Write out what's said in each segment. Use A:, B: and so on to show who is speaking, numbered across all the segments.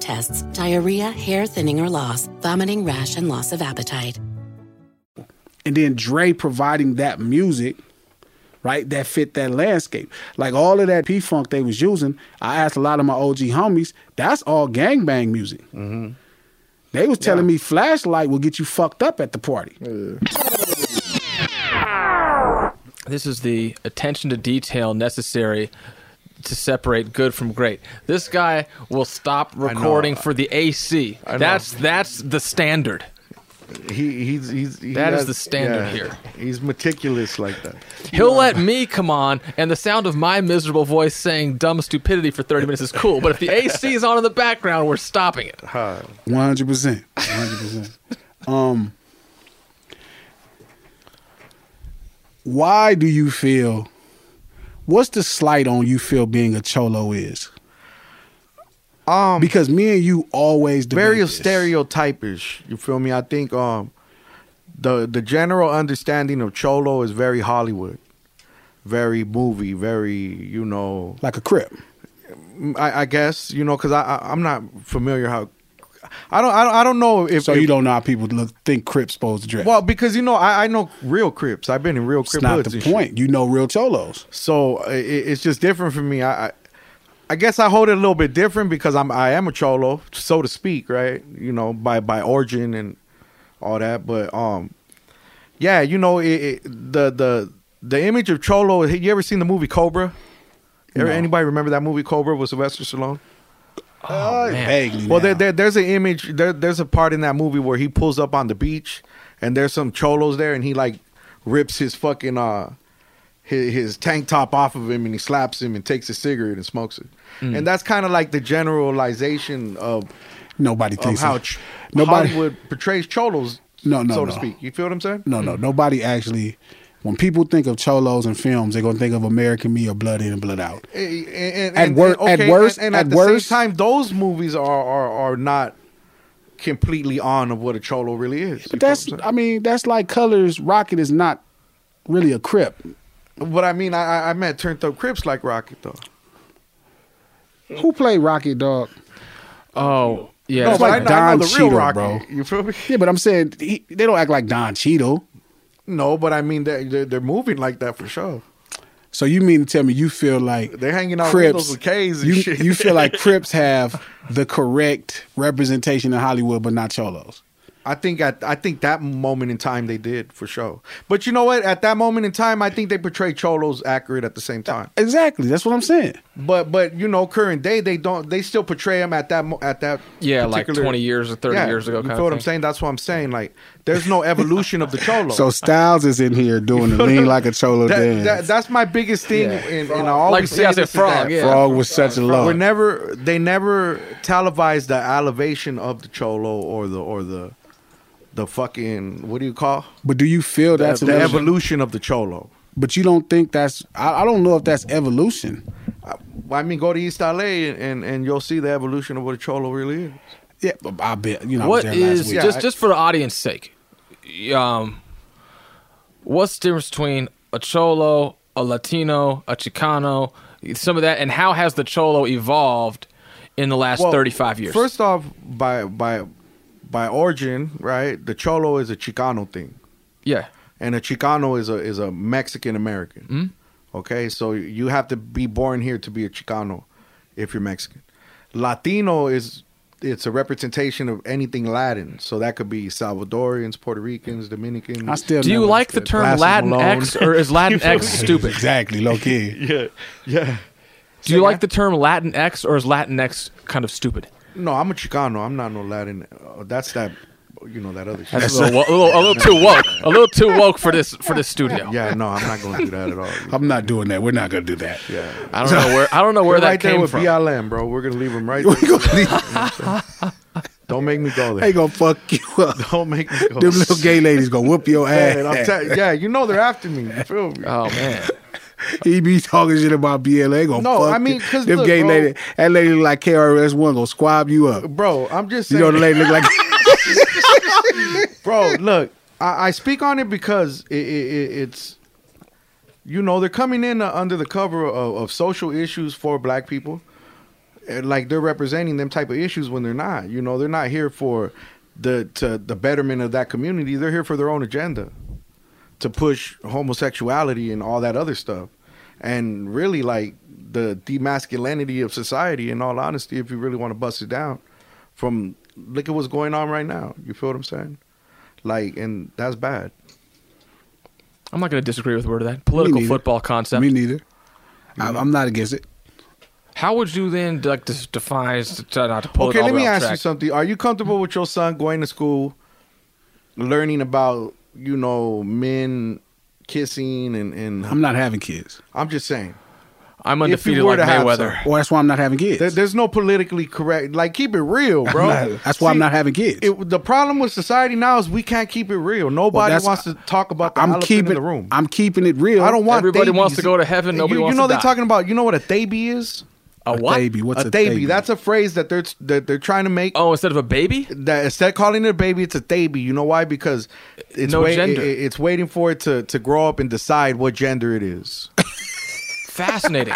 A: tests, diarrhea, hair thinning or loss, vomiting, rash, and loss of appetite.
B: and then Dre providing that music, right, that fit that landscape. Like all of that P Funk they was using, I asked a lot of my OG homies, that's all gangbang music.
C: Mm-hmm.
B: They was telling me flashlight will get you fucked up at the party.
D: This is the attention to detail necessary to separate good from great. This guy will stop recording for the AC.
C: I know.
D: That's that's the standard.
C: He he's he's he
D: That is
C: has-
D: the standard here.
C: He's meticulous like that.
D: He'll let me come on, and the sound of my miserable voice saying dumb stupidity for 30 minutes is cool. But if the AC is on in the background, we're stopping it.
B: One hundred percent. One hundred percent. Um why do you feel what's the slight on you feel being a cholo is?
C: Um,
B: Because me and you always debate
C: very
B: this.
C: stereotypish. You feel me? I think um the the general understanding of cholo is very Hollywood, very movie, very you know.
B: like a crip.
C: I, I guess you know because I, I I'm not familiar how. I don't I don't, I don't know if
B: So
C: if-
B: you don't know how people look, think Crips supposed to dress.
C: Well, because you know, I, I know real Crips. I've been in real
B: it's
C: Crip
B: not
C: hoods
B: the
C: and shit.
B: point. You know real cholos.
C: So i i- it's just different for me. I, I I guess I hold it a little bit different because I'm I am a cholo, so to speak, right? You know, by by origin and all that. But um, yeah, you know, it, it, the the the image of cholo. You ever seen the movie Cobra? Ever,
B: No.
C: Anybody remember that movie Cobra with Sylvester Stallone?
B: Vaguely. now.
C: Well, there, there, there's an image. There, there's a part in that movie where he pulls up on the beach, and there's some cholos there, and he like rips his fucking uh his, his tank top off of him, and he slaps him, and takes a cigarette and smokes it.
B: Mm.
C: And that's kind of like the generalization of
B: nobody
C: of
B: thinks
C: how
B: it.
C: ch-
B: nobody.
C: Hollywood portrays cholos.
B: No, no,
C: so to
B: no.
C: speak. You feel what I'm saying?
B: No, no, nobody actually. When people think of cholos and films, they're gonna think of American Me or Blood In and Blood Out.
C: Eh, eh, and-
B: At
C: and-
B: wor-
C: and-
B: at
C: okay,
B: worst-
C: and, and
B: at
C: at, the
B: worst-
C: same time, those movies are are are not completely on of what a cholo really is. You
B: But
C: feel what
B: that's.
C: I'm saying?
B: I mean, that's like Colors Rocket is not really a Crip.
C: But I mean, I I- I met turned up Crips like Rocket though.
B: Who played Rocket Dog?
D: Oh, Yeah,
C: No,
D: that's
C: but
B: like
C: I,
D: right.
C: know, I know
B: Don
C: the
B: Cheadle,
C: real Rocky.
B: bro.
C: You feel me?
B: Yeah, but I'm saying he, they don't act like Don Cheadle.
C: No, but I mean they they're, they're moving like that for sure.
B: So you mean to tell me you feel like
C: They're hanging out windows with K's and
B: you,
C: shit.
B: you feel like Crips have the correct representation in Hollywood, but not Cholos.
C: I think at I think that moment in time they did for sure. But you know what? At that moment in time, I think they portrayed Cholos accurate at the same time.
B: Exactly. That's what I'm saying.
C: But but you know, current day they don't they still portray them at that mo- at that
D: Yeah, like
C: particular-
D: 20 years or 30 years ago
C: You
D: kind
C: feel
D: of
C: what I'm
D: thing.
C: saying? That's what I'm saying. Like there's no evolution of the Cholo.
B: So Styles is in here doing the lean like a Cholo
C: that,
B: dance.
C: that, that's my biggest thing, and, and I
D: Like,
C: always say
D: yeah, I said
C: this is
D: frog,
C: that
D: yeah.
B: Frog was such a
C: We're
B: love.
C: never they never televised the elevation of the cholo or the or the the fucking what do you call
B: but do you feel
C: the,
B: that's
C: the
B: evolution?
C: evolution of the cholo?
B: But you don't think that's? I, I don't know if that's evolution.
C: I mean, go to East LA and and you'll see the evolution of what a cholo really is.
B: Yeah, but I bet you know.
D: What
B: I was there last
D: is
B: week.
D: just just for the audience sake? Um, what's the difference between a cholo, a Latino, a Chicano, some of that, and how has the cholo evolved in the last
C: Well,
D: thirty-five years?
C: First off, by by by origin, right? The cholo is a Chicano thing.
D: yeah, Hmm?
C: and a Chicano is a is a Mexican American. Okay, so you have to be born here to be a Chicano if you're Mexican. Latino is it's a representation of anything Latin, so that could be Salvadorians, Puerto Ricans, Dominicans.
B: I still
D: do you
B: never
D: like the
B: understood
D: term
C: Blasphemy
D: Latin
C: alone.
D: X or is Latin X stupid?
B: Exactly, low key.
C: yeah, yeah.
D: Do you like the term Latin X or is Latin X kind of stupid?
C: No, I'm a Chicano. I'm not no Latin. Uh, that's that, you know, that other shit.
D: That's a little, wo- a, little, a little too woke. A little too woke for this for this studio.
C: yeah, no, I'm not going to do that at all.
B: I'm not doing that. We're not gonna do that.
C: Yeah.
D: I don't know where I don't know where
C: We're
D: that
C: right there
D: came
C: with
D: from.
C: BLM, bro. We're gonna leave him right. there. Don't make me go there.
B: They gonna fuck you up.
C: Don't make me go.
B: Them little gay ladies gonna whoop your
C: Man, I'm
B: ass.
C: tell- yeah, you know they're after me. You feel me?
D: Oh man.
B: he be talking shit about BLA. Gonna
C: No,
B: fuck
C: I mean,
B: you.
C: 'cause
B: them
C: look,
B: gay
C: bro-
B: lady, that lady look like KRS One gonna squab you up.
C: bro, I'm just
B: You
C: saying.
B: know the lady look like.
C: bro, look, I, I speak on it because it, it, it, it's, you know, they're coming in uh, under the cover of, of social issues for black people. And, Like they're representing them type of issues when they're not. You know, they're not here for the to the betterment of that community. They're here for their own agenda. to push homosexuality and all that other stuff and really like the demasculinity of society in all honesty if you really want to bust it down from look at what's going on right now you feel what i'm saying like and that's bad
D: I'm not going to disagree with a word of that. Political
B: neither.
D: football concept.
B: Me neither. I, I'm not against it.
D: How would you then like dis- define to try not to pull it
C: okay
D: all
C: let
D: the way
C: me
D: off
C: ask you
D: track?
C: something are you comfortable with your son going to school learning about you know men kissing and and
B: I'm not having kids.
C: i'm just saying
D: I'm
C: you
D: undefeated
C: were
D: like
C: to have
D: Mayweather.
B: Well, that's why I'm not having kids.
C: There- there's no politically correct like keep it real bro
B: Not- that's why I'm
C: See,
B: not having kids.
C: It, the problem with society now is we can't keep it real. Nobody
B: that's-
C: wants to talk about the
B: I'm
C: elephant
B: keeping
C: in the room.
B: I'm keeping it real.
C: I don't want.
D: Everybody wants
C: babies.
D: to go to heaven, nobody
C: you,
D: wants
C: you know
D: to
C: they're
D: die.
C: talking about. You know what a thaby is?
D: A
B: a
D: what?
B: baby. What's
C: a thaby. That's a phrase that they're that they're trying to make.
D: Oh, instead of a baby?
C: That instead of calling it a baby, it's a thaby. You know why? Because it's
D: No
C: wait-
D: gender.
C: it- it's waiting for it to to grow up and decide what gender it is.
D: Fascinating.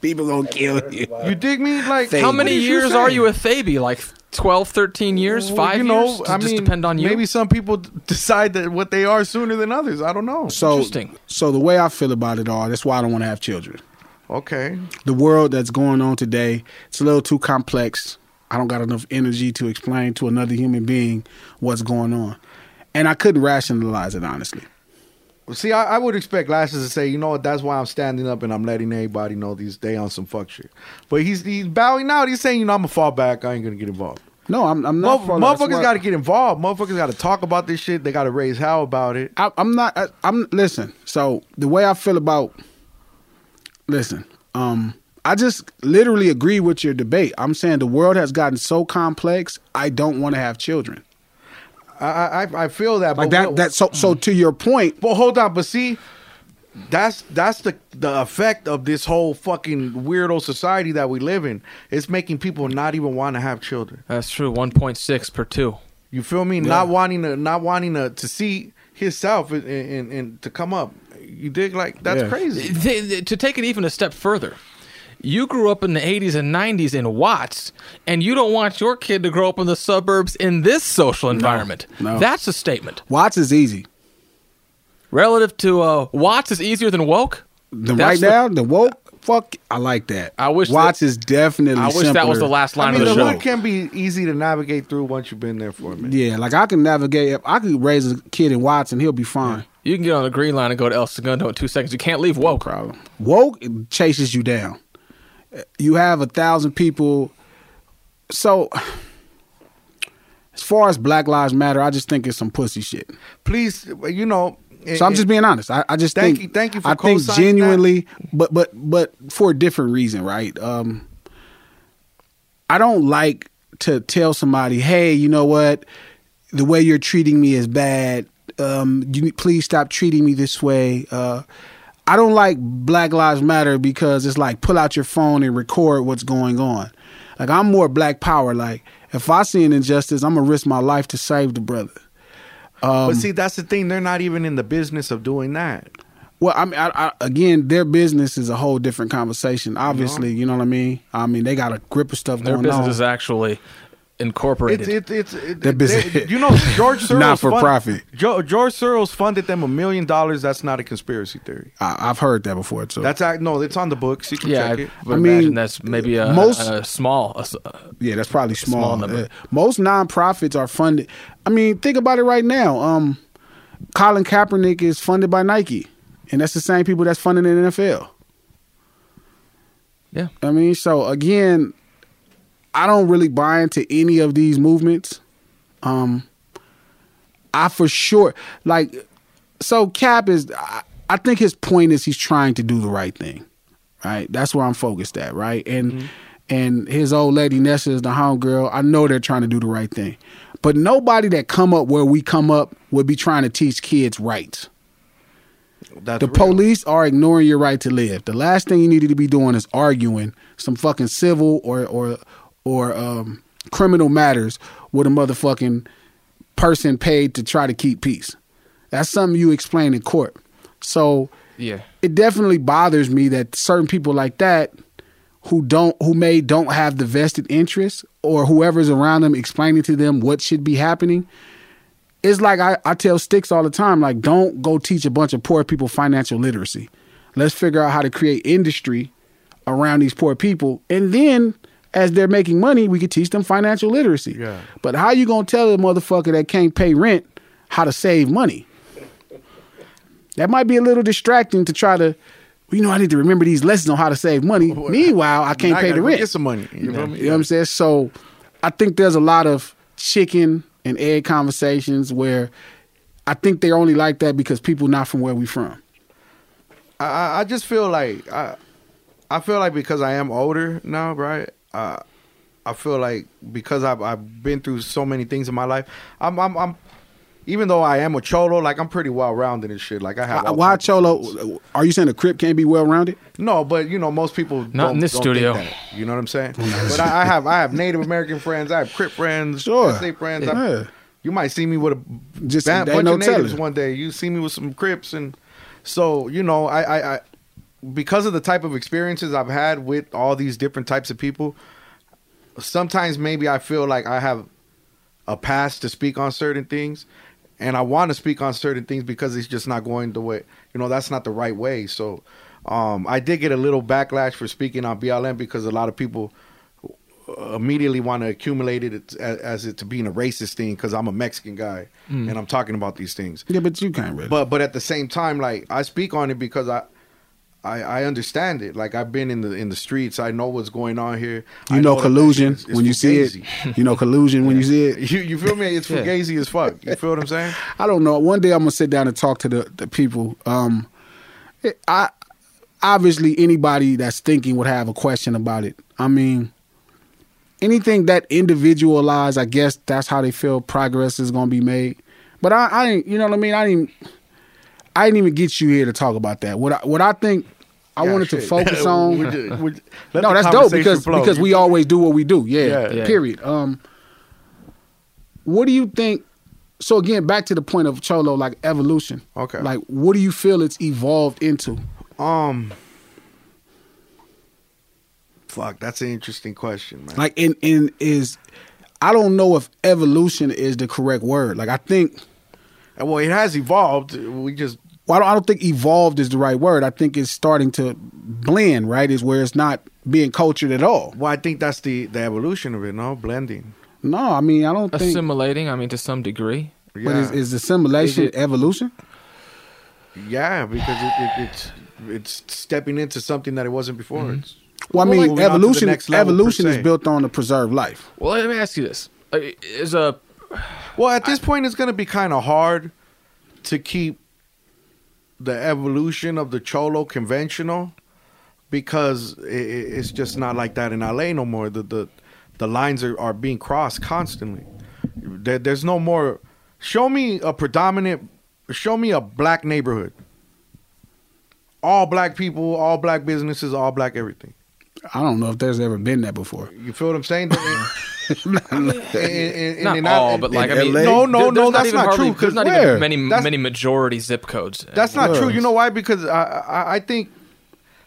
B: people gonna kill you.
C: you dig me? Like
D: How
C: what
D: many
C: is
D: years are
C: saying?
D: you a baby? Like 12, 13 years,
C: Well,
D: 5
C: you know,
D: years? Does it
C: I
D: just
C: mean,
D: depend on you.
C: Maybe some people d- decide that what they are sooner than others. I don't know.
B: So,
D: Interesting.
B: so the way I feel about it all, that's why I don't want to have children.
C: okay,
B: The world that's going on today, it's a little too complex. I don't got enough energy to explain to another human being what's going on, and I couldn't rationalize it honestly.
C: See, I, I would expect Lashes to say, you know what, that's why I'm standing up and I'm letting everybody know these day on some fuck shit. But he's he's bowing out. He's saying, you know, I'm gonna fall back. I ain't gonna get involved.
B: No, I'm, I'm
C: Mother-
B: not. for that. That's
C: motherfuckers
B: why-
C: got to get involved. Motherfuckers got to talk about this shit. They got to raise hell about it.
B: I, I'm not. I, I'm listen. So the way I feel about listen, um, I just literally agree with your debate. I'm saying the world has gotten so complex. I don't want to have children
C: I I, I- I feel that.
B: like
C: but
B: that.
C: what- Mm.
B: That so so to your point.
C: But hold on. But see, that's that's the the effect of this whole fucking weirdo society that we live in. It's making people not even want to have children.
D: That's true. 1.6 per 2.
C: You feel me? Not wanting to, not wanting to, to see himself and, and and to come up. You dig? Like that's
B: Yeah.
C: crazy.
D: uh, Th- th- to take it even a step further, You grew up in the 80s and 90s and watched, and you don't want your kid to grow up in the suburbs in this social environment.
B: no.
D: That's a statement.
B: Watts is easy.
D: Relative to uh, Watts is easier than woke.
B: The
D: That's
B: right
D: the-
B: now, the woke fuck, I like that.
D: I wish
B: Watts
D: that-
B: is definitely.
D: I wish that was the
B: simpler.
D: last line
C: I mean,
D: of
C: the
D: the show.
C: hood can be easy to navigate through once you've been there for a minute.
B: Yeah, like I can navigate. I could raise a kid in Watts and he'll be fine.
D: You can get on the green line and go to El Segundo in two seconds. You can't leave woke.
B: problem. Woke chases you down. You have a thousand people. So, as far as Black Lives Matter, I just think it's some pussy shit.
C: Please, you know.
B: So I'm just being honest. I, I just
C: Thank
B: think
C: you- thank you for
B: I think
C: co-signing
B: genuinely, but but but for a different reason, right? Um, I don't like to tell somebody, hey, you know what, the way you're treating me is bad. Um, you need- please stop treating me this way. Uh, I don't like Black Lives Matter because it's like pull out your phone and record what's going on. Like I'm more Black Power. Like if I see an injustice, I'm gonna risk my life to save the brother. um,
C: but see, that's the thing. They're not even in the business of doing that.
B: Well, I mean, I, I, again, their business is a whole different conversation. Obviously, you know, what I mean. I mean, they got a grip of stuff
D: Their
B: going
D: business
B: on.
D: is actually incorporated.
C: It's Oh, it's it's it,
B: They're busy.
C: they- You know, George Soros
B: Not for profit.
C: Jo- George Soros funded them a million dollars. That's not a conspiracy theory.
B: I, I've heard that before too.
C: That's act- no, it's on the books. You can
D: yeah,
C: check
D: I,
C: it.
D: would
B: Oh. I mean,
D: imagine that's maybe a,
B: most-
D: a small. a s- uh,
B: yeah, that's probably
D: Small
B: small.
D: number.
B: Uh, most nonprofits are funded. I mean, think about it right now. Um, Colin Kaepernick is funded by Nike, and that's the same people that's funding the NFL.
D: yeah,
B: I mean, so again, I don't really buy into any of these movements. Um, I for sure like so Cap is I, I think his point is he's trying to do the right thing. Right? That's where I'm focused at, right? And and his old lady Nessa is the homegirl. I know they're trying to do the right thing. But nobody that come up where we come up would be trying to teach kids rights.
C: That's
B: The
C: real.
B: police are ignoring your right to live. The last thing you needed to be doing is arguing some fucking civil or or or um, criminal matters with a motherfucking person paid to try to keep peace. That's something you explain in court. So
D: yeah.
B: it definitely bothers me that certain people like that who don't who may don't have the vested interest or whoever's around them explaining to them what should be happening it's like I, I tell sticks all the time like don't go teach a bunch of poor people financial literacy let's figure out how to create industry around these poor people and then as they're making money we could teach them financial literacy
C: Yeah.
B: but how you gonna tell a motherfucker that can't pay rent how to save money that might be a little distracting to try to you know i need to remember these lessons on how to save money meanwhile i can't
C: Now I
B: pay the
C: gotta go
B: rent
C: Get some money. You know what I mean?
B: you know what I'm saying? So I think there's a lot of chicken and egg conversations where I think they're only like that because people not from where we from.
C: I- I, I just feel like I, I feel like because I am older now, right? Uh, I feel like because I've I've been through so many things in my life. I'm I'm, I'm even though I am a cholo, like I'm pretty well rounded and shit. Like I have.
B: Why,
C: all
B: why
C: types of things.
B: Cholo? Are you saying a Crip can't be well rounded?
C: No, but you know most people
D: Not
C: don't-
D: in this
C: don't
D: studio.
C: think that, you know what I'm saying? but I, I have I have Native American friends. I have Crip friends.
B: Sure.
C: SA friends.
B: Yeah.
C: I- You might see me with a
B: Just
C: just
B: ain't
C: band, bunch
B: no
C: of natives
B: telling.
C: one day. You see me with some Crips, and so you know I, I I because of the type of experiences I've had with all these different types of people. Sometimes maybe I feel like I have a pass to speak on certain things and I want to speak on certain things because it's just not going the way you know that's not the right way so um I did get a little backlash for speaking on BLM because a lot of people immediately want to accumulate it as, as it to being a racist thing because I'm a Mexican guy and I'm talking about these things
B: Yeah, but you can't Mm. really.
C: but but at the same time like I speak on it because I I, I understand it. Like I've been in the in the streets. I know what's going on here.
B: you
C: I
B: know,
C: that that
B: collusion
C: shit is- is
B: when you see
C: fugazi.
B: it. You know collusion when you see it.
C: You, you feel me? It's fugazi as fuck. You feel what I'm saying?
B: I don't know. One day I'm gonna sit down and talk to the, the people. Um, it- I obviously anybody that's thinking would have a question about it. I mean, anything that individualized, I guess that's how they feel progress is gonna be made. But I, I ain't, you know what I mean. I didn't, I didn't even get you here to talk about that. What I, what I think I
C: Yeah,
B: wanted to
C: shit.
B: focus on.
C: We ju- we ju- let
B: no,
C: the
B: that's dope
C: conversation
B: because
C: flow.
B: because we always do what we do. Yeah,
C: Yeah.
D: Yeah.
B: Period. Um, what do you think? So again, back to the point of Cholo, like evolution.
C: Okay.
B: Like, what do you feel it's evolved into?
C: um Fuck, that's an interesting question, man.
B: Like in in is I don't know if evolution is the correct word. Like I think
C: And, well, it has evolved. We just
B: well, I don't, I don't think evolved is the right word. I think it's starting to blend, right? Is where it's not being cultured at all.
C: well, I think that's the the evolution of it. No blending.
B: No, I mean I don't think
D: Assimilating, I mean, to some degree.
C: Yeah,
B: but is, is assimilation
D: Is it-
B: evolution?
C: yeah, because it, it, it's it's stepping into something that it wasn't before.
B: Mm-hmm.
C: It's,
B: Well, I
C: Well,
B: mean
C: moving on to the
B: evolution.
C: next level, per
B: Evolution is
C: se.
B: built on to preserve life.
D: Well, let me ask you this: Uh, Is a
C: Well, at this point, it's going to be kind of hard to keep the evolution of the cholo conventional because i i- it's just not like that in LA no more. The the, the lines are, are being crossed constantly. There, there's no more. Show me a predominant. Show me a black neighborhood. All black people, all black businesses, all black everything.
B: I don't know if there's ever been that before.
C: You feel what I'm saying?
D: not all, but like I mean,
C: no, no,
D: there- there's
C: no, that's
D: even
C: not
D: hardly-
C: true. 'cause
D: There's not
C: where?
D: even many
C: That's-
D: many majority zip codes.
C: That's not true.
B: Words.
C: You know why? Because I, I I think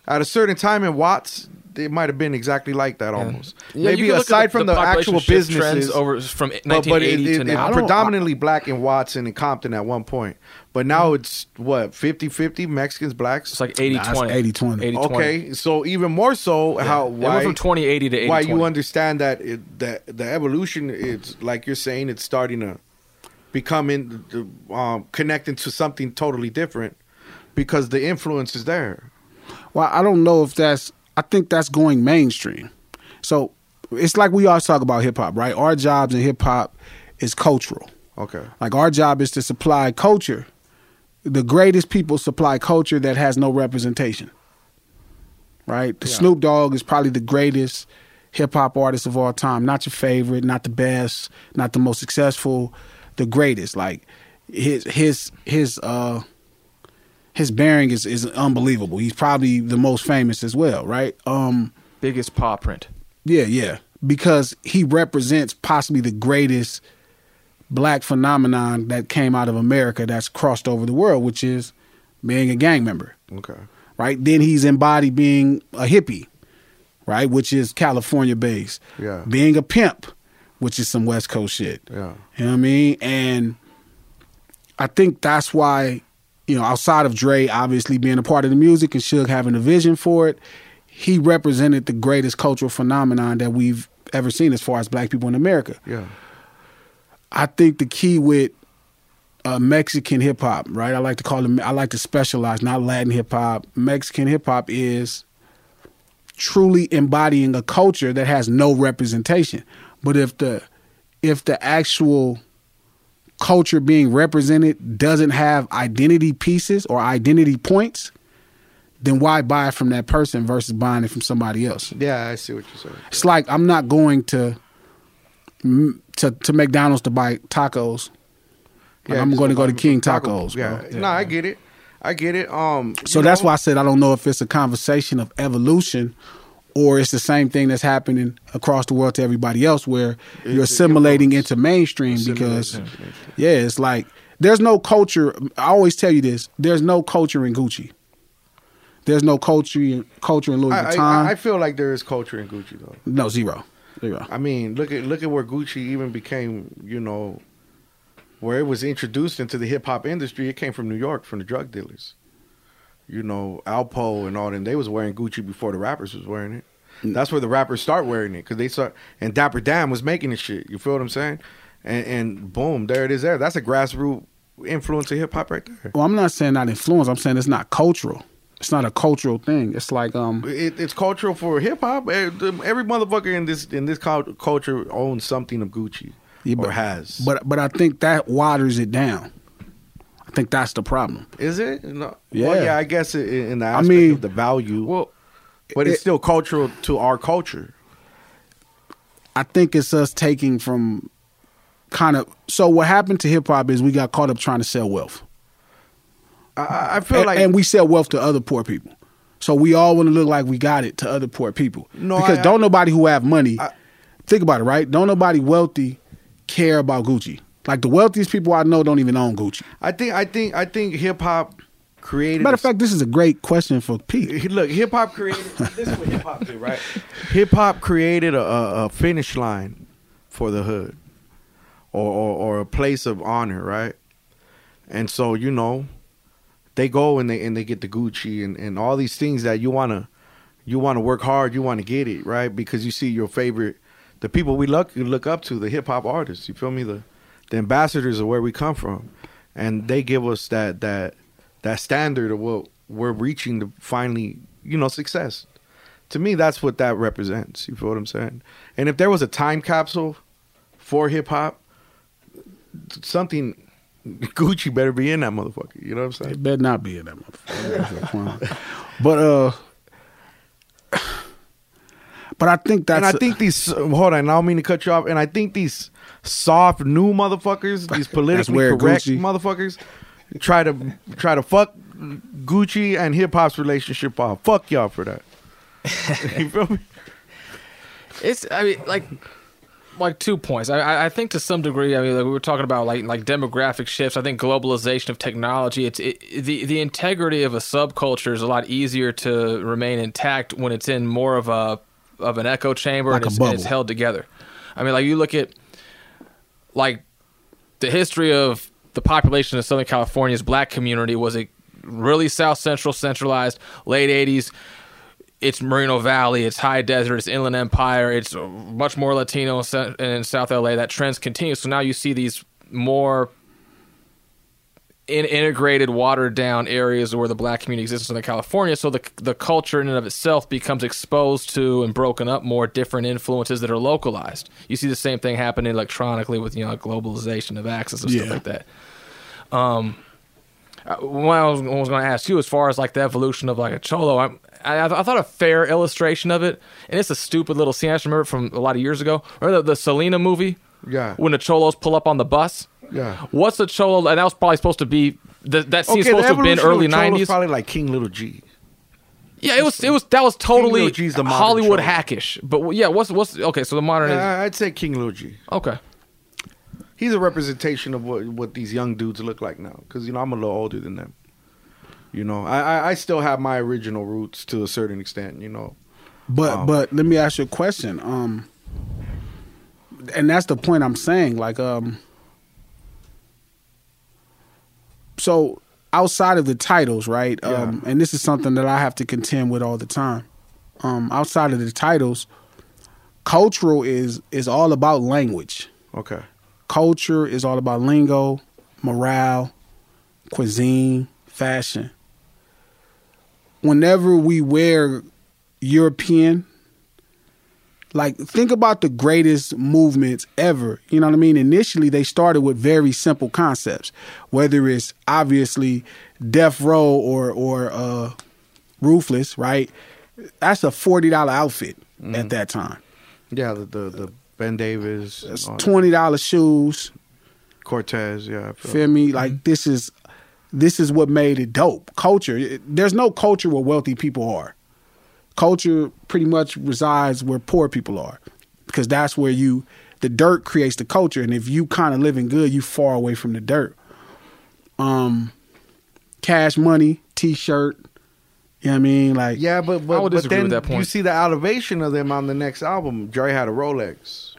C: at a certain time in Watts, it might have been exactly like that almost.
D: Yeah, you
C: Maybe
D: can look at
C: aside from the,
D: population
C: actual
D: shift trends
C: businesses
D: over from
C: but, but
D: 1980
C: it,
D: to
C: it, it
D: now.
C: predominantly black in Watts and in Compton at one point. But now
D: Mm-hmm.
C: it's what 50-50 Mexicans, blacks.
D: It's like 80
B: Nah, it's
D: 20.
B: 80-20.
C: okay, so even more so how
D: It went
C: why
D: from 2080 to 80
C: why you understand that it, the the evolution it's like you're saying it's starting to become in the- um, connecting to something totally different because the influence is there.
B: Well, I don't know if that's. I think that's going mainstream. So it's like we always talk about hip hop, right? Our jobs in hip hop is cultural.
C: Okay.
B: Like our job is to supply culture. The greatest people supply culture that has no representation. Right? The Snoop Dogg is probably the greatest hip hop artist of all time. Not your favorite, not the best, not the most successful, the greatest. Like his his his uh his bearing is is unbelievable. He's probably the most famous as well, right? Um
D: biggest paw print.
B: yeah, yeah. Because he represents possibly the greatest black phenomenon that came out of America that's crossed over the world, which is being a gang member,
C: Okay.
B: right? Then he's embodied being a hippie, right? Which is California based.
C: Yeah.
B: Being a pimp, which is some West Coast shit.
C: Yeah.
B: You know what I mean? And I think that's why, you know, outside of Dre obviously being a part of the music and Suge having a vision for it, he represented the greatest cultural phenomenon that we've ever seen as far as black people in America.
C: Yeah.
B: I think the key with uh, Mexican hip hop, right? I like to call it. I like to specialize, not Latin hip hop. Mexican hip hop is truly embodying a culture that has no representation. But if the if the actual culture being represented doesn't have identity pieces or identity points, then why buy it from that person versus buying it from somebody else?
C: Yeah, I see what you're saying.
B: It's like I'm not going to mm, to to McDonald's to buy tacos. Like,
C: Yeah,
B: I'm
C: just
B: going to go
C: buy
B: to
C: them
B: King
C: some
B: Tacos.
C: Yeah.
B: bro.
C: No, I get it. I get it. Um
B: So
C: you
B: that's
C: know,
B: why I said I don't know if it's a conversation of evolution or it's the same thing that's happening across the world to everybody else where you're assimilating into mainstream because yeah, it's like there's no culture I always tell you this, there's no culture in Gucci. There's no culture culture in Louis
C: I,
B: Vuitton.
C: I, I feel like there is culture in Gucci though.
B: no, zero. Zero.
C: I mean, look at look at where Gucci even became, you know, where it was introduced into the hip hop industry. It came from New York, from the drug dealers. You know, Alpo and all them. They was wearing Gucci before the rappers was wearing it.
B: Mm.
C: That's where the rappers start wearing it because they start. And Dapper Dan was making this shit. You feel what I'm saying? And, and boom, there it is. There, that's a grassroots influence of hip hop right there.
B: Well, I'm not saying not influence. I'm saying it's not cultural. It's not a cultural thing. It's like um,
C: It, it's cultural for hip hop. Eh, the- Every motherfucker in this in this cul- culture owns something of Gucci
B: Yeah, but-
C: or has.
B: but but I think that waters it down. I think that's the problem.
C: Is it? No.
B: Yeah.
C: Well, yeah, I guess it, in the aspect
B: mean-
C: of the value,
D: Well,
C: but
B: it-
C: it's still cultural to our culture.
B: I think it's us taking from kind of. So what happened to hip hop is we got caught up trying to sell wealth,
C: I- I, I feel
B: and,
C: like
B: and we sell wealth to other poor people. So we all want to look like we got it to other poor people.
C: No,
B: because
C: I-
B: don't nobody who have money
C: I-
B: think about it, right? Don't nobody wealthy care about Gucci. Like the wealthiest people I know don't even own Gucci.
C: I think I think I think hip hop created.
B: Matter of fact, this is a great question for Pete.
C: He- look, hip hop created. this is what hip hop did, right? Hip hop created a, a, a finish line for the hood, or, or or a place of honor, right? And so you know, they go and they and they get the Gucci and and all these things that you wanna you wanna work hard, you wanna get it, right? Because you see your favorite, the people we look you look up to, the hip hop artists. You feel me? The the ambassadors of where we come from, and they give us that that that standard of what we're reaching to finally, you know, success. To me, that's what that represents. You feel what I'm saying? And if there was a time capsule for hip hop, something Gucci better be in that motherfucker. You know what I'm saying?
B: It better not be in that motherfucker. but uh, but I think that's
C: and I think these hold on, I don't mean to cut you off. And I think these soft new motherfuckers, these politically
B: where
C: correct
B: Gucci-
C: motherfuckers, try to try to fuck Gucci and hip hop's relationship off. Fuck y'all for that. you feel me?
D: It's I mean like like two points. I- I I think to some degree I mean like we were talking about like like demographic shifts. I think globalization of technology. It's it, the the integrity of a subculture is a lot easier to remain intact when it's in more of a of an echo chamber
B: Like
D: and,
B: a
D: it's, and it's
B: bubble.
D: held together. I mean like you look at like the history of the population of Southern California's black community was a really South Central centralized late 80s. It's Merino Valley, it's High Desert, it's Inland Empire, it's much more Latino in Sa- in South LA. That trends continue. So now you see these more in integrated, watered down areas where the black community exists in Southern California. So the the culture in and of itself becomes exposed to and broken up more different influences that are localized. You see the same thing happening electronically with you know globalization of access and stuff
B: Yeah.
D: like that. Um, I- what I was, what I was going to ask you as far as like the evolution of like a cholo, I'm, I, I thought a fair illustration of it, and it's a stupid little scene. I just remember it from a lot of years ago. Remember the, the Selena movie?
C: Yeah.
D: When the cholos pull up on the bus.
C: Yeah.
D: What's a cholo? And that was probably supposed to be th- that scene's
C: the
D: supposed to have been
C: evolution of
D: early
C: Cholo's
D: nineties.
C: Probably like King Little G.
D: yeah, it was. It was that was
C: Little
D: totally
C: G's the modern
D: Hollywood
C: cholo.
D: hackish. But w- yeah, what's what's okay? So the modern
C: I- Uh, I'd say King Little G.
D: is okay.
C: He's a representation of what what these young dudes look like now. Because you know I'm a little older than them. You know, I, I I still have my original roots to a certain extent. You know,
B: But
C: Wow.
B: but let me ask you a question. Um, and that's the point I'm saying. Like um, so outside of the titles, right? Um, and this is something that I have to contend with all the time. Um, outside of the titles, cultural is is all about language.
C: okay.
B: Culture is all about lingo, morale, cuisine, fashion. Whenever we wear European, like think about the greatest movements ever. You know what I mean? Initially, they started with very simple concepts, whether it's obviously death row or or uh, roofless. Right? That's a forty dollar outfit at that time.
C: Yeah, the the, the Ben Davis, and
B: That's
C: all that.
B: twenty dollar shoes.
C: Cortez. Yeah, I feel-
B: Feel me? Like this is this is what made it dope. Culture. It- There's no culture where wealthy people are. Culture pretty much resides where poor people are, because that's where you the dirt creates the culture, and if you kind of living good, you far away from the dirt. Um, cash money, t-shirt. You know what I mean? Like
C: yeah, but but,
D: would
C: but
D: disagree
C: then
D: with that
C: you
D: point.
C: see the elevation of them on the next album. Dre had a Rolex.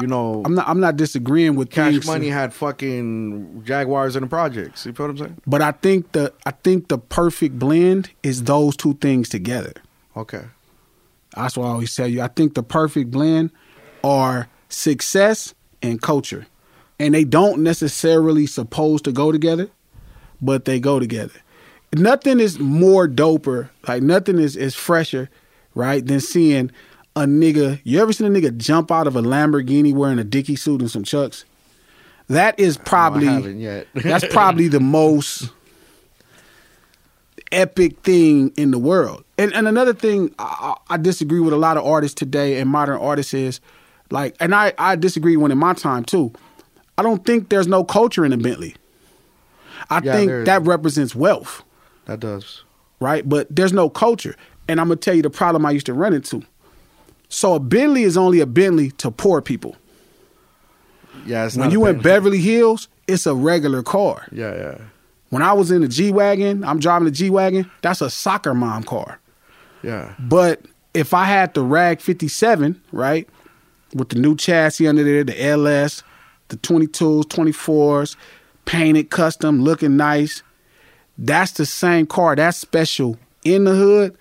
C: you know,
B: I'm not I'm not disagreeing with
C: Cash
B: things-
C: Money had fucking Jaguars in the projects. You feel what I'm saying?
B: but I think the I think the perfect blend is those two things together.
C: Okay.
B: That's what I always tell you. I think the perfect blend are success and culture. And they don't necessarily supposed to go together, but they go together. Nothing is more doper, like nothing is, is fresher, right, than seeing a nigga. You ever seen a nigga jump out of a Lamborghini wearing a dicky suit and some chucks? That is probably
C: haven't yet.
B: that's probably the most epic thing in the world. And and another thing I, I I disagree with a lot of artists today and modern artists is like, and I I disagree when in my time too. I don't think there's no culture in a Bentley. I
C: Yeah, there
B: think
C: is.
B: that represents wealth,
C: That does.
B: right? But there's no culture. And I'm gonna tell you the problem I used to run into. So a Bentley is only a Bentley to poor people.
C: Yeah, it's
B: when
C: not
B: you
C: a
B: in
C: thing.
B: Beverly Hills, it's a regular car.
C: Yeah, yeah.
B: When I was in the G wagon, I'm driving the G wagon. That's a soccer mom car.
C: Yeah.
B: But if I had the Rag 57, right, with the new chassis under there, the LS, the 22s, 24s, painted custom, looking nice, that's the same car. That's special in the hood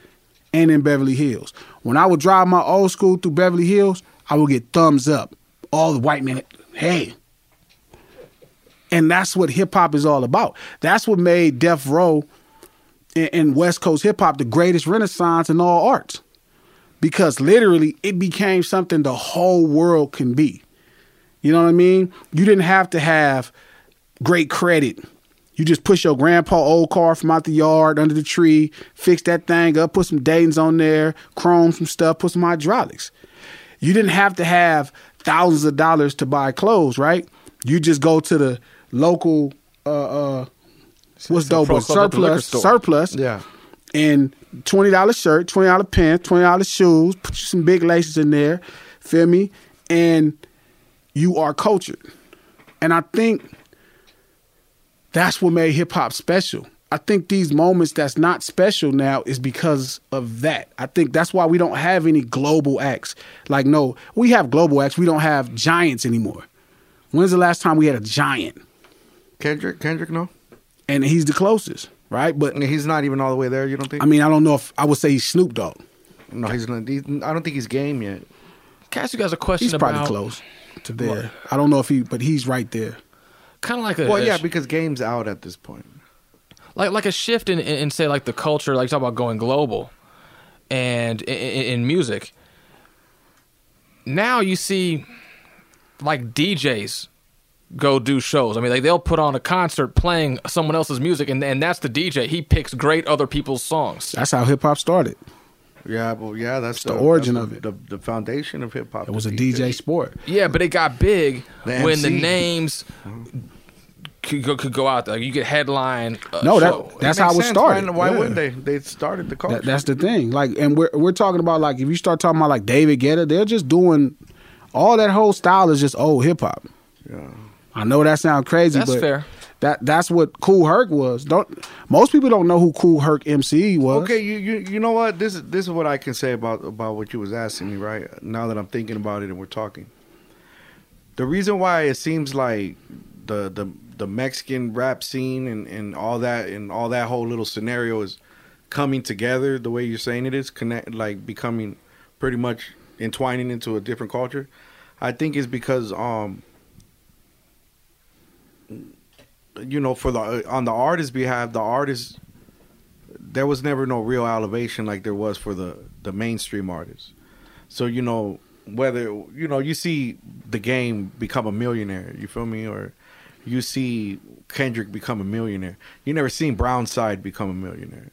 B: and in Beverly Hills. When I would drive my old school through Beverly Hills, I would get thumbs up. All the white men, hey. And that's what hip hop is all about. That's what made Death Row in, in West Coast hip hop the greatest renaissance in all arts. Because literally, it became something the whole world can be. You know what I mean? You didn't have to have great credit. You just push your grandpa old car from out the yard under the tree, fix that thing up, put some Dayton's on there, chrome some stuff, put some hydraulics. You didn't have to have thousands of dollars to buy clothes, right? You just go to the local uh uh what's dope
D: pro
B: but
D: club at the liquor
B: surplus
D: store.
B: surplus
C: Yeah.
B: and twenty dollar shirt, twenty dollar pants, twenty dollar shoes, put you some big laces in there, feel me? And you are cultured. And I think that's what made hip hop special. I think these moments that's not special now is because of that. I think that's why we don't have any global acts. Like, no, we have global acts. We don't have giants anymore. When's the last time we had a giant?
C: Kendrick, Kendrick, no.
B: And he's the closest, right? But
C: I mean, he's not even all the way there. You don't think?
B: I mean, I don't know if I would say he's Snoop Dogg.
C: no, he's not. He's, I don't think he's game yet.
D: Can I ask you guys a question
B: He's
D: about
B: probably close to there. I don't know if he, but he's right there.
D: kind of like a
C: Well, yeah,
D: a-
C: because game's out at this point.
D: like like a shift in, in, in say like the culture like you talk about going global and in, in music now you see like djs go do shows i mean like they'll put on a concert playing someone else's music and, and that's the dj he picks great other people's songs
B: That's how hip hop started.
C: Yeah, well, yeah, that's
B: the origin
C: that's
B: of it.
C: The, the foundation of hip hop.
B: It was a DJ sport.
D: yeah but it got big
C: The
D: when the
C: MC.
D: names could go, could go out there you could headline a
B: No, that-
D: show.
B: That's how it started.
C: Why,
B: Yeah.
C: wouldn't they? They started the culture.
B: That, that's the thing. Like, and we're we're talking about like if you start talking about like David Guetta, they're just doing all that whole style is just old hip hop.
C: yeah.
B: I know that sounds crazy,
D: That's
B: but
D: fair.
B: that that's what Cool Herc was. Don't most people don't know who Cool Herc MC was.
C: Okay, you, you you know what? This is this is what I can say about about what you was asking me right now that I'm thinking about it and we're talking. The reason why it seems like the the the Mexican rap scene and and all that and all that whole little scenario is coming together the way you're saying it is connect like becoming pretty much entwining into a different culture. I think is because um you know for the on the artist's behalf the artist there was never no real elevation like there was for the the mainstream artists. So you know whether you know you see the game become a millionaire, you feel me, or you see Kendrick become a millionaire. You never seen Brownside become a millionaire,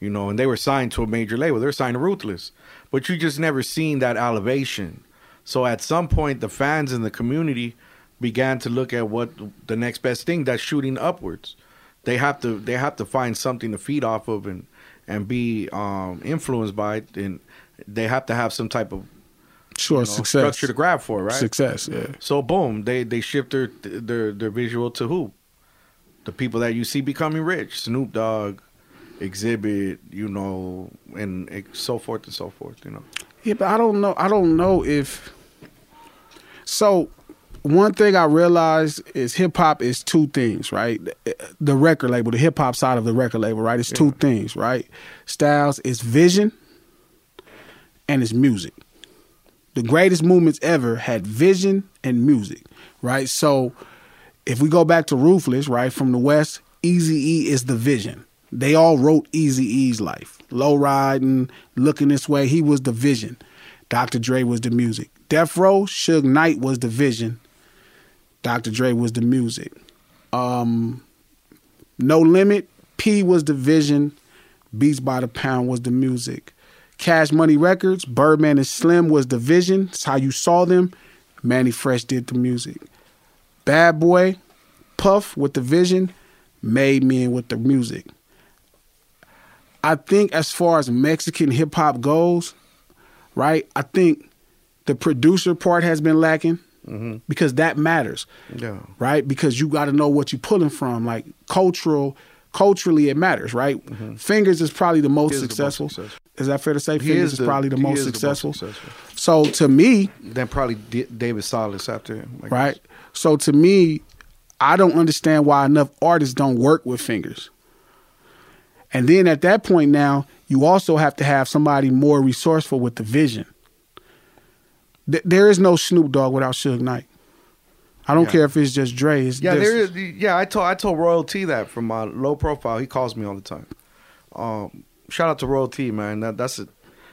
C: you know, and they were signed to a major label. They're signed to Ruthless, but you just never seen that elevation. So at some point, the fans in the community began to look at what the next best thing that's shooting upwards they have to they have to find something to feed off of and and be um, influenced by it, and they have to have some type of
B: sure,
C: you know,
B: success,
C: structure to grab for, right?
B: success, yeah.
C: So boom, they they shift their their their visual to who? The people that you see becoming rich, Snoop Dogg, Exhibit, you know, and it- so forth and so forth, you know.
B: Yeah, but I don't know. I don't know if. So, one thing I realized is hip hop is two things, right? The record label, the hip hop side of the record label, right? It's two things, right? Styles is vision and it's music. The greatest movements ever had vision and music, right? So, if we go back to Ruthless, right, from the West, Easy E is the vision. They all wrote Easy E's life. Low riding, looking this way, he was the vision. Dr. Dre was the music. Death Row, Suge Knight was the vision. Dr. Dre was the music. Um, no Limit, P was the vision. Beats by the Pound was the music. Cash Money Records, Birdman and Slim was the vision. It's how you saw them. Manny Fresh did the music. Bad Boy, Puff with the vision, Made Men with the music. I think as far as Mexican hip hop goes, right? I think the producer part has been lacking. because that matters.
C: Mm-hmm. Yeah.
B: Right? Because you got to know what you're pulling from. Like cultural, culturally, it matters, right? Fingers is probably the most,
C: Mm-hmm. He is the most
B: successful.
C: successful.
B: Is that fair to say?
C: He
B: Fingers is,
C: is the-
B: probably the
C: he
B: most,
C: is the most
B: successful.
C: successful.
B: So to me,
C: Then probably D- David Solis after him. I guess.
B: right? So to me, I don't understand why enough artists don't work with fingers. And then at that point now, you also have to have somebody more resourceful with the vision. Th- there is no Snoop Dogg without Suge Knight. I don't care if it's just Dre. It's
C: Yeah,
B: this.
C: there is. Yeah, I told I told Royal T that from my low profile. He calls me all the time. Um, shout out to Royal T, man. That that's it.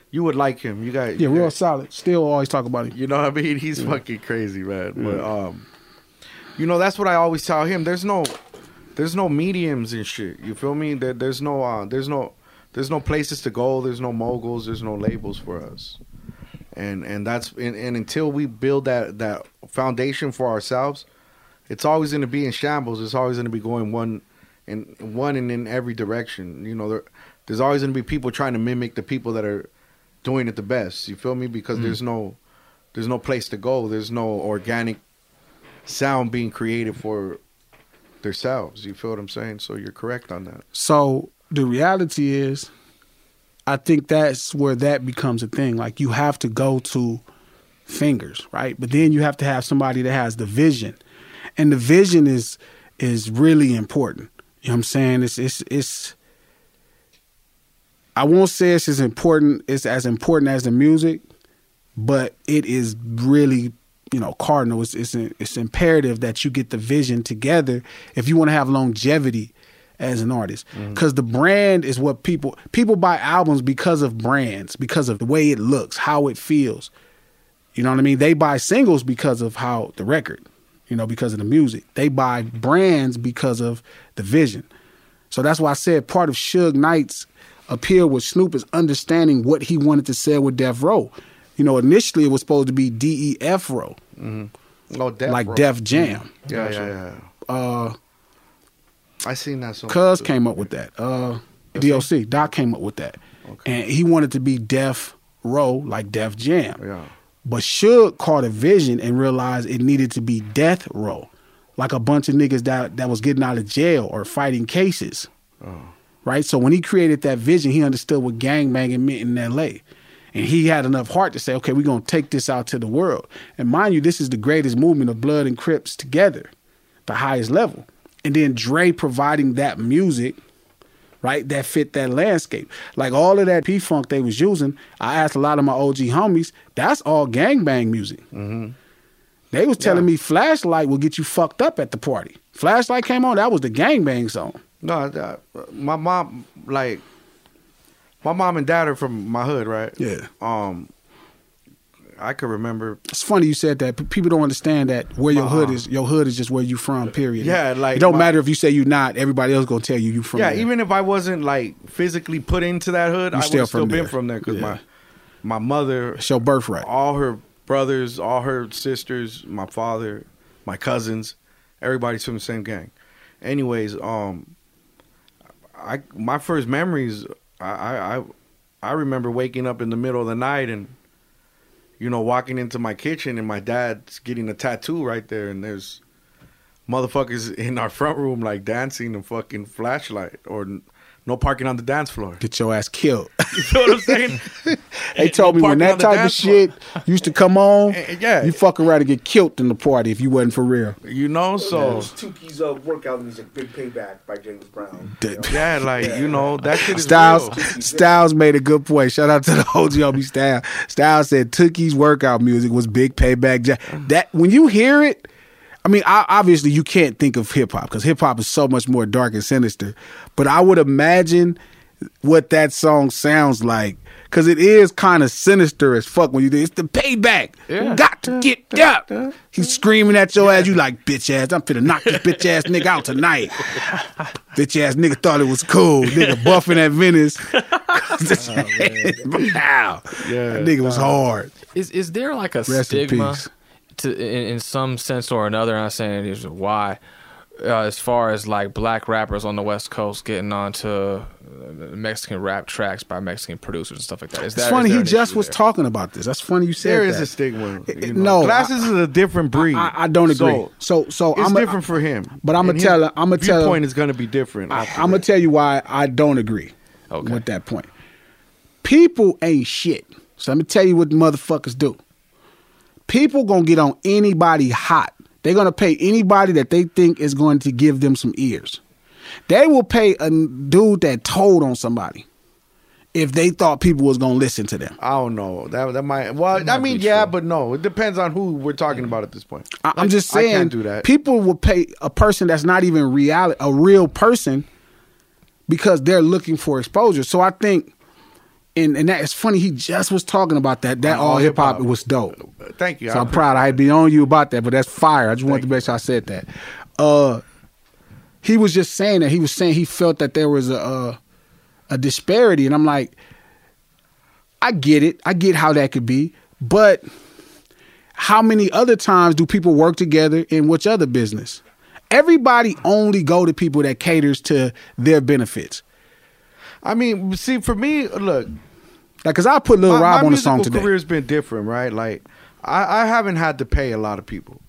C: You would like him. You got
B: Yeah,
C: you
B: real
C: got-
B: solid. Still always talk about it.
C: You know what I mean? He's fucking crazy, man. But um, you know that's what I always tell him. There's no, there's no mediums and shit. You feel me? There, there's no, uh, there's no, there's no places to go. There's no moguls. There's no labels for us. And and that's and, and until we build that that foundation for ourselves, it's always going to be in shambles. It's always going to be going one, in one and in every direction. You know, there, there's always going to be people trying to mimic the people that are doing it the best. You feel me? Because there's no, there's no place to go. There's no organic sound being created for themselves. You feel what I'm saying? So you're correct on that.
B: So the reality is, I think that's where that becomes a thing. Like you have to go to fingers, right? But then you have to have somebody that has the vision, and the vision is is really important. You know what I'm saying? It's it's it's. I won't say it's as important. It's as important as the music, but it is really you know cardinal. It's it's it's imperative that you get the vision together if you want to have longevity as an artist because the brand is what people people buy albums because of brands because of the way it looks how it feels you know what I mean? They buy singles because of how the record, you know, because of the music. They buy brands because of the vision. So that's why I said part of Suge Knight's appeal with Snoop is understanding what he wanted to sell with Death Row. You know, initially it was supposed to be D E F Row,
C: Oh, Def,
B: like
C: bro.
B: Def Jam.
C: Yeah, yeah, yeah.
B: Uh,
C: I seen that song.
B: Cuz came up with that. Uh, DOC, Doc came up with that. And he wanted to be Def Row, like Def Jam.
C: Yeah.
B: But Suge caught a vision and realized it needed to be death row, like a bunch of niggas that, that was getting out of jail or fighting cases. Right? So when he created that vision, he understood what gangbanging meant in LA. And he had enough heart to say, okay, we're going to take this out to the world. And mind you, this is the greatest movement of blood and Crips together, the highest level. And then Dre providing that music right? That fit that landscape. Like all of that P funk they was using, I asked a lot of my OG homies. That's all gangbang music. They was telling me flashlight will get you fucked up at the party. Flashlight came on, that was the gangbang song.
C: No, that, my mom like my mom and dad are from my hood, right?
B: Yeah.
C: Um, I could remember.
B: It's funny you said that. P- People don't understand that where your hood is. Your hood is just where you from. Period.
C: Uh-huh. Yeah, like
B: it don't
C: my-
B: matter if you say you not. Everybody else gonna tell you you from.
C: Yeah,
B: there.
C: even if I wasn't like physically put into that hood, I would
B: still
C: still, still
B: from
C: been
B: there.
C: from there because
B: Yeah.
C: my my mother,
B: it's your birthright.
C: all her brothers, all her sisters, my father, my cousins, everybody's from the same gang. Anyways, um, I my first memories, I I I, I remember waking up in the middle of the night and you know, walking into my kitchen and my dad's getting a tattoo right there, and there's motherfuckers in our front room like dancing and fucking flashlight or n- no parking on the dance floor.
B: Get your ass killed.
C: You know what I'm saying?
B: They told me when
C: parking
B: that
C: on the
B: type of
C: dance floor.
B: shit used to come on,
C: Eh, eh, yeah.
B: you fuck around and get killed in the party if you wasn't for real.
C: you know, so
E: Tuki's uh, workout music, Big Payback by James Brown.
B: D-
C: yeah, like you know that shit is
B: Styles
C: real.
B: Styles made a good point. Shout out to the OG homie Styles. Styles said Tookie's workout music was big payback. Ja- That when you hear it, I mean, I, obviously you can't think of hip hop because hip hop is so much more dark and sinister. But I would imagine what that song sounds like because it is kind of sinister as fuck when you do. It's the payback. You Got to get up. He's screaming at your ass. You like bitch ass. I'm finna knock this bitch ass nigga out tonight. Bitch ass nigga thought it was cool. Nigga buffing at Venice. wow. that nigga was hard.
D: Is is there like a
B: Rest in
D: stigma
B: peace.
D: to in, in some sense or another? I'm not saying it is why uh, as far as like black rappers on the West Coast getting onto uh, Mexican rap tracks by Mexican producers and stuff like that. Is that
B: It's
D: is
B: funny.
D: there
B: He
D: an
B: just
D: issue
B: was
D: there?
B: talking about this. That's funny you said
C: There is
B: that.
C: a stigma.
B: It-
C: you
B: it-
C: know.
B: no,
C: glasses is a different breed.
B: I, I don't agree.
C: So,
B: So, so,
C: it's
B: I'm a-
C: different for him.
B: But I'm gonna
C: And his
B: tell. her- I'm gonna tell. her-
C: Viewpoint is gonna be different.
B: I, I'm gonna tell you why I don't agree
D: Okay.
B: with that point. People ain't shit. So let me tell you what motherfuckers do. People gonna get on anybody hot. They're gonna pay anybody that they think is going to give them some ears. They will pay a n- dude that told on somebody if they thought people was gonna listen to them.
C: I don't know. That that might. Well,
D: might
C: I mean,
D: be
C: yeah,
D: true.
C: but no. It depends on who we're talking about at this point.
B: I, I'm just
C: I
B: saying,
C: can't do that.
B: people will pay a person that's not even reality, a real person, because they're looking for exposure. So I think, and and that it's funny. He just was talking about that. That
C: On
B: all
C: All
B: hip hop
C: Hip Hop.
B: was dope.
C: Thank you.
B: So
C: I
B: I'm proud. I'd be on you about that, but that's fire. I just wanted to make sure I said that. Uh, he was just saying that he was saying he felt that there was a a, a disparity, and I'm like, I get it. I get how that could be, but how many other times do people work together in which other business? Everybody only go to people that caters to their benefits.
C: I mean, see, for me, look,
B: Like, cause I put Lil
C: my,
B: Rob
C: my
B: on the song
C: musical
B: today.
C: career's been different, right? Like, I, I haven't had to pay a lot of people,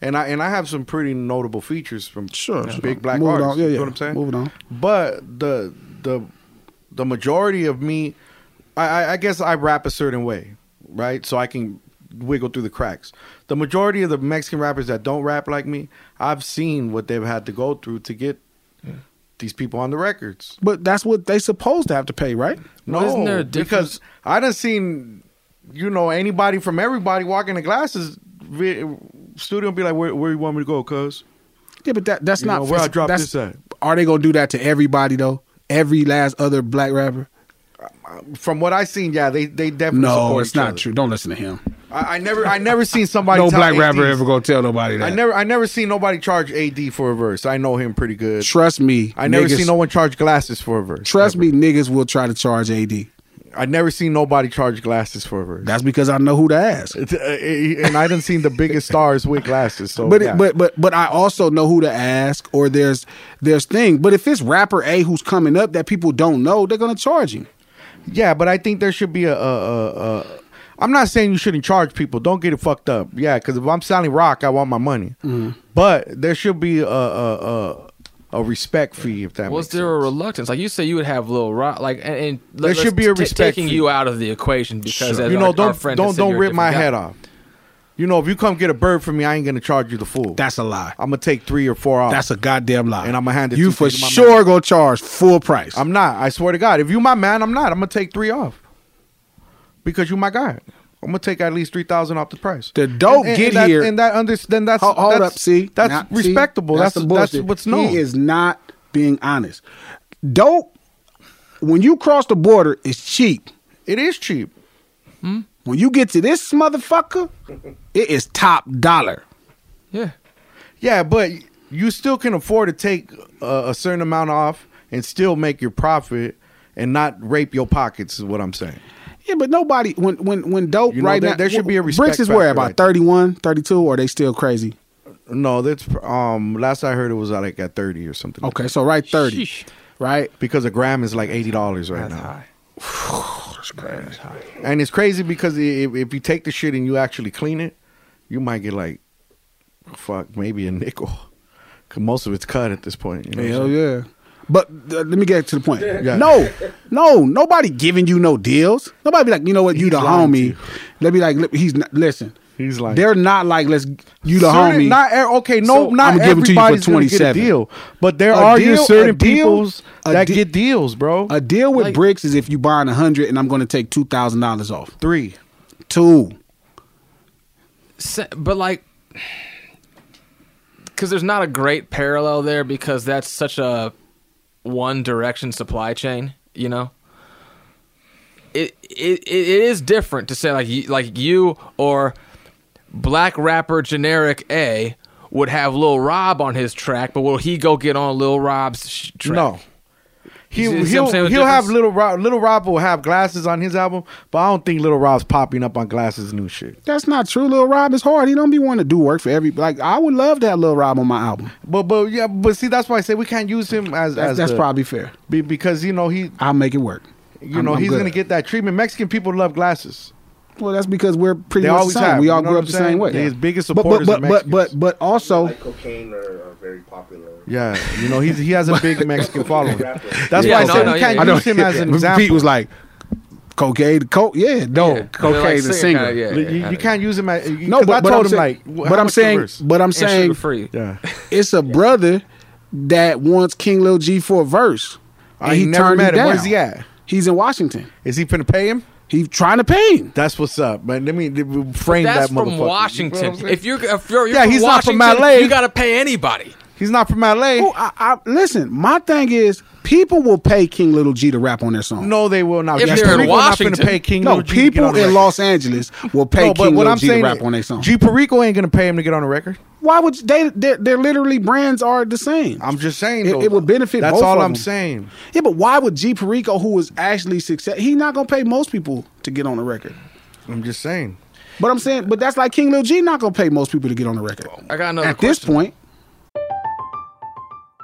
C: and I and I have some pretty notable features from
B: Sure, sure.
C: big black
B: Move it
C: artists.
B: on. Yeah,
C: you
B: yeah.
C: know what I'm saying?
B: Move it on.
C: But the the the majority of me, I, I, I guess I rap a certain way, right? So I can wiggle through the cracks. The majority of the Mexican rappers that don't rap like me, I've seen what they've had to go through to get these people on the records.
B: But that's what they supposed to have to pay, right?
C: No,
D: isn't there a difference-
C: because I done seen, you know, anybody from everybody walking the glasses vi- studio and be like, where, where you want me to go, cuz?
B: Yeah, but that that's
C: You
B: not
C: know, where I dropped
B: that's-
C: this at.
B: Are they gonna do that to everybody though? Every last other black rapper?
C: From what I seen, yeah, they they definitely
B: No,
C: support
B: it's
C: each
B: not
C: other.
B: true. Don't listen to him.
C: I, I never I never seen somebody
B: no
C: tell
B: black
C: ADs.
B: rapper ever gonna tell nobody that.
C: I never I never seen nobody charge AD for a verse. I know him pretty good.
B: trust me.
C: I never
B: niggas,
C: seen no one charge glasses for a verse.
B: Trust
C: ever.
B: me, niggas will try to charge AD.
C: I never seen nobody charge glasses for a verse.
B: That's because I know who to ask.
C: It's, uh, uh, and I done seen the biggest stars with glasses. So,
B: but
C: yeah.
B: it, but but but I also know who to ask, or there's there's thing. But if it's rapper A who's coming up that people don't know, they're gonna charge him.
C: Yeah, but I think there should be a. a, a, a I'm not saying you shouldn't charge people. Don't get it fucked up. Yeah, because if I'm selling rock, I want my money.
D: Mm-hmm.
C: But there should be a a, a, a respect fee if that.
D: Was
C: makes
D: there a
C: sense.
D: reluctions? Like you say, you would have Lil Rock. Like and, and
C: There
D: let's-
C: should be a
D: ta-
C: respect
D: taking
C: for
D: you
C: you.
D: out of the equation because as
C: you
D: our-
C: know,
D: our
C: don't
D: friend has
C: don't
D: said you're
C: don't
D: a
C: rip my
D: different
C: head
D: guy.
C: off. You know, if you come get a bird for me, I ain't gonna charge you the full.
B: That's a lie.
C: I'm gonna take three or four off.
B: That's a goddamn lie.
C: And I'ma hand it
B: you
C: to
B: for
C: you, my man.
B: sure gonna charge full price.
C: I'm not. I swear to God, if you my man, I'm not. I'm gonna take three off because you my guy. I'm gonna take at least three thousand off the price.
B: The dope get
C: that,
B: here-
C: and that under then that's
B: Ho- hold,
C: that's,
B: up, see
C: that's
B: Now, see?
C: respectable. that's
B: some
C: that's,
B: bullshit.
C: what's known.
B: He is not being honest. Dope. When you cross the border, it's cheap. Hmm?
C: it is cheap.
B: When you get to this motherfucker, it is top dollar.
D: Yeah,
C: Yeah, but you still can afford to take a, a certain amount off and still make your profit and not rape your pockets. Is what I'm saying.
B: Yeah, but nobody when when when dope
C: You know,
B: right
C: there-
B: now
C: there should be a respect
B: Bricks is where
C: factor
B: about
C: right there.
B: 31, 32 or are they still crazy?
C: No, that's um. Last I heard, it was like at thirty or something.
B: Okay, so right 30.
D: Sheesh.
B: Right?
C: because a gram is like eighty dollars right now.
D: That's high.
C: And it's crazy because i- if, if you take the shit and you actually clean it, you might get like, fuck, maybe a nickel. 'Cause most of it's cut at this point. You know what I'm
B: Hell
C: saying?
B: yeah. But uh, let me get to the point. No, no, nobody giving you no deals. Nobody be like, you know what, you
C: He's
B: the
C: lying to
B: homie.
C: you.
B: Let me like, li- he's not, listen.
C: He's lying.
B: They're not like, let's you the
C: Certain-
B: homie.
C: Not e- okay. No,
B: So,
C: not
B: I'ma give it to you for
C: everybody's going to get a
B: 27.
C: deal, but there
B: A
C: are your
B: deal- a
C: certain
B: deal-
C: peoples
B: a
C: that
B: de-
C: get deals, bro.
B: a deal with
D: Like-
B: bricks is if you buying a hundred and I'm going to take two thousand dollars off.
C: Three.
B: Two.
D: Se- but like because there's not a great parallel there because that's such a one direction supply chain you know it it, it is different to say like you, like you or black rapper generic a would have Lil Rob on his track, but will he go get on Lil Rob's sh- track?
C: No, he
D: You see-
C: he'll,
D: see what I'm saying,
C: he'll,
D: the
C: have
D: difference?
C: little Rob. Little Rob will have glasses on his album, but I don't think Little Rob's popping up on glasses new shit.
B: That's not true. Lil Rob is hard. He don't be wanting to do work for every. Like I would love to have Lil Rob on my album.
C: But but yeah, but see that's why I say we can't use him as
B: That's,
C: as
B: that's
C: the-
B: probably fair.
C: be, because you know he
B: I'll make it work.
C: you
B: I'm-
C: know
B: I'm
C: he's
B: good.
C: gonna get that treatment. Mexican people love glasses.
B: Well, that's because we're pretty
C: They
B: much the
C: always
B: same.
C: have,
B: we
C: you
B: all
C: know
B: grew
C: what
B: up
C: I'm
B: the
C: saying?
B: same way.
C: They- his biggest
B: But-
C: supporters
B: but, but,
C: are
B: but,
C: Mexicans.
B: but, but also,
E: like cocaine are, are very popular.
C: Yeah, you know he's he has a big Mexican following. That's
D: Yeah,
C: why I
D: no, no,
C: said we
D: yeah,
C: can't
D: yeah.
B: I know
C: use him as an
B: Pete
C: example.
B: was like, "Cocaine, coke, yeah, no,
D: Yeah.
B: cocaine,
D: Like
B: the
D: singer
B: singer."
D: kinda, yeah.
C: You- you, you can't use him as you-
B: No,
C: 'cause
B: but,
C: I
B: but
C: told
B: I'm
C: him
B: saying,
C: like, wh- how
B: but I'm
C: much your
B: saying,
C: verse?
B: but I'm
D: And
B: saying,
D: sugar-free.
C: yeah,
B: it's a brother that wants King Lil G for a verse, and
C: I
B: he
C: never
B: turned
C: met
B: it
C: him.
B: down.
C: Where's he at?
B: He's in Washington.
C: is he gonna pay him?
B: He's trying to pay him.
C: That's what's up, man. Let me let me frame
D: That's
C: that motherfucker.
D: from
C: You know what I'm
D: Washington.
C: saying?
D: if you're, if you're, you're
C: Yeah,
D: from
C: he's not
D: Washington,
C: from LA.
D: You gotta pay anybody.
C: he's not from LA,
B: Oh, I, I, listen, my thing is, people will pay King Little G to rap on their song.
C: no, they will not.
D: If
C: Yes,
D: they're
C: Puerto
D: in
C: Rico not
D: Washington.
C: finna pay King
B: no,
C: Lil G to get
B: people
C: on
B: in
C: the record.
B: Los Angeles will pay
C: No,
B: King
C: but what
B: Lil
C: I'm
B: G to
C: saying,
B: rap on their song.
C: G Perico ain't gonna pay him to get on the record.
B: Why would you- they? They're, they're literally brands are the same.
C: I'm just saying.
B: It-
C: though,
B: it would benefit
C: That's
B: both
C: all
B: of
C: I'm
B: them.
C: saying.
B: Yeah, but why would G Perico, who was actually success, he not gonna pay most people to get on the record.
C: I'm just saying.
B: But I'm saying, but that's like King Lil G not gonna pay most people to get on the record.
D: I got another
B: At this
D: question.
B: point,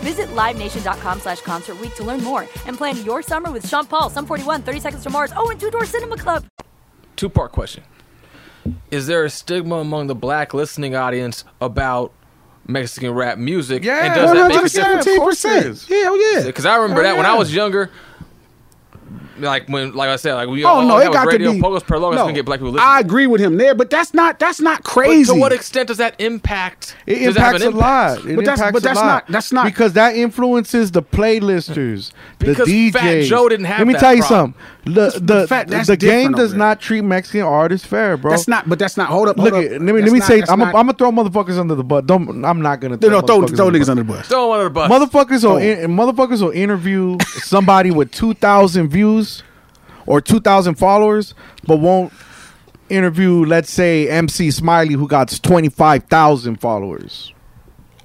F: Visit LiveNation.com slash Concert Week to learn more and plan your summer with Sean Paul, Sum 41, 30 Seconds to Mars, oh, and Two Door Cinema Club.
D: Two part question: Is there a stigma among the black listening audience about Mexican rap music?
C: Yeah,
D: and
B: one
D: does that make
B: hundred
D: a difference?
B: seventeen
C: Of
B: percent.
C: course it
B: Hell yeah!
D: Because I remember
C: Oh,
D: that when I
C: yeah.
D: was younger. Like when, like I said, like we
B: Oh
D: all
B: no,
D: that
B: it
D: was
B: got
D: radio
B: to be.
D: Pocos per Locos
B: no,
D: gonna get black people listening.
B: I agree with him there, but that's not that's not
D: But
B: crazy.
D: to what extent does that impact?
C: It
D: does that have
C: impacts
D: an
C: a lot. It
B: But that's-
C: impacts
B: but that's
C: a lot.
B: not- that's not-
C: because that influences the playlisters,
D: Because
C: the DJs.
D: Fat Joe didn't have
C: Let me
D: that
C: tell you
D: problem.
C: something. The the,
B: fat- that's
C: the game
B: different
C: does
B: over
C: not treat Mexican artists fair, bro.
B: that's not. But that's not. Hold up.
C: Look,
B: Hold up.
C: at, let me let
B: That's
C: me
B: not-
C: say,
B: that's
C: I'm
B: not-
C: gonna throw motherfuckers under the bus. Don't I'm not gonna
B: No, no, throw
C: motherfuckers
B: throw niggas
C: bus.
B: under the bus.
D: Throw one of the bus.
C: Motherfuckers will in, motherfuckers will interview somebody with two thousand views or two thousand followers, but won't interview, let's say, MC Smiley who got twenty five thousand followers.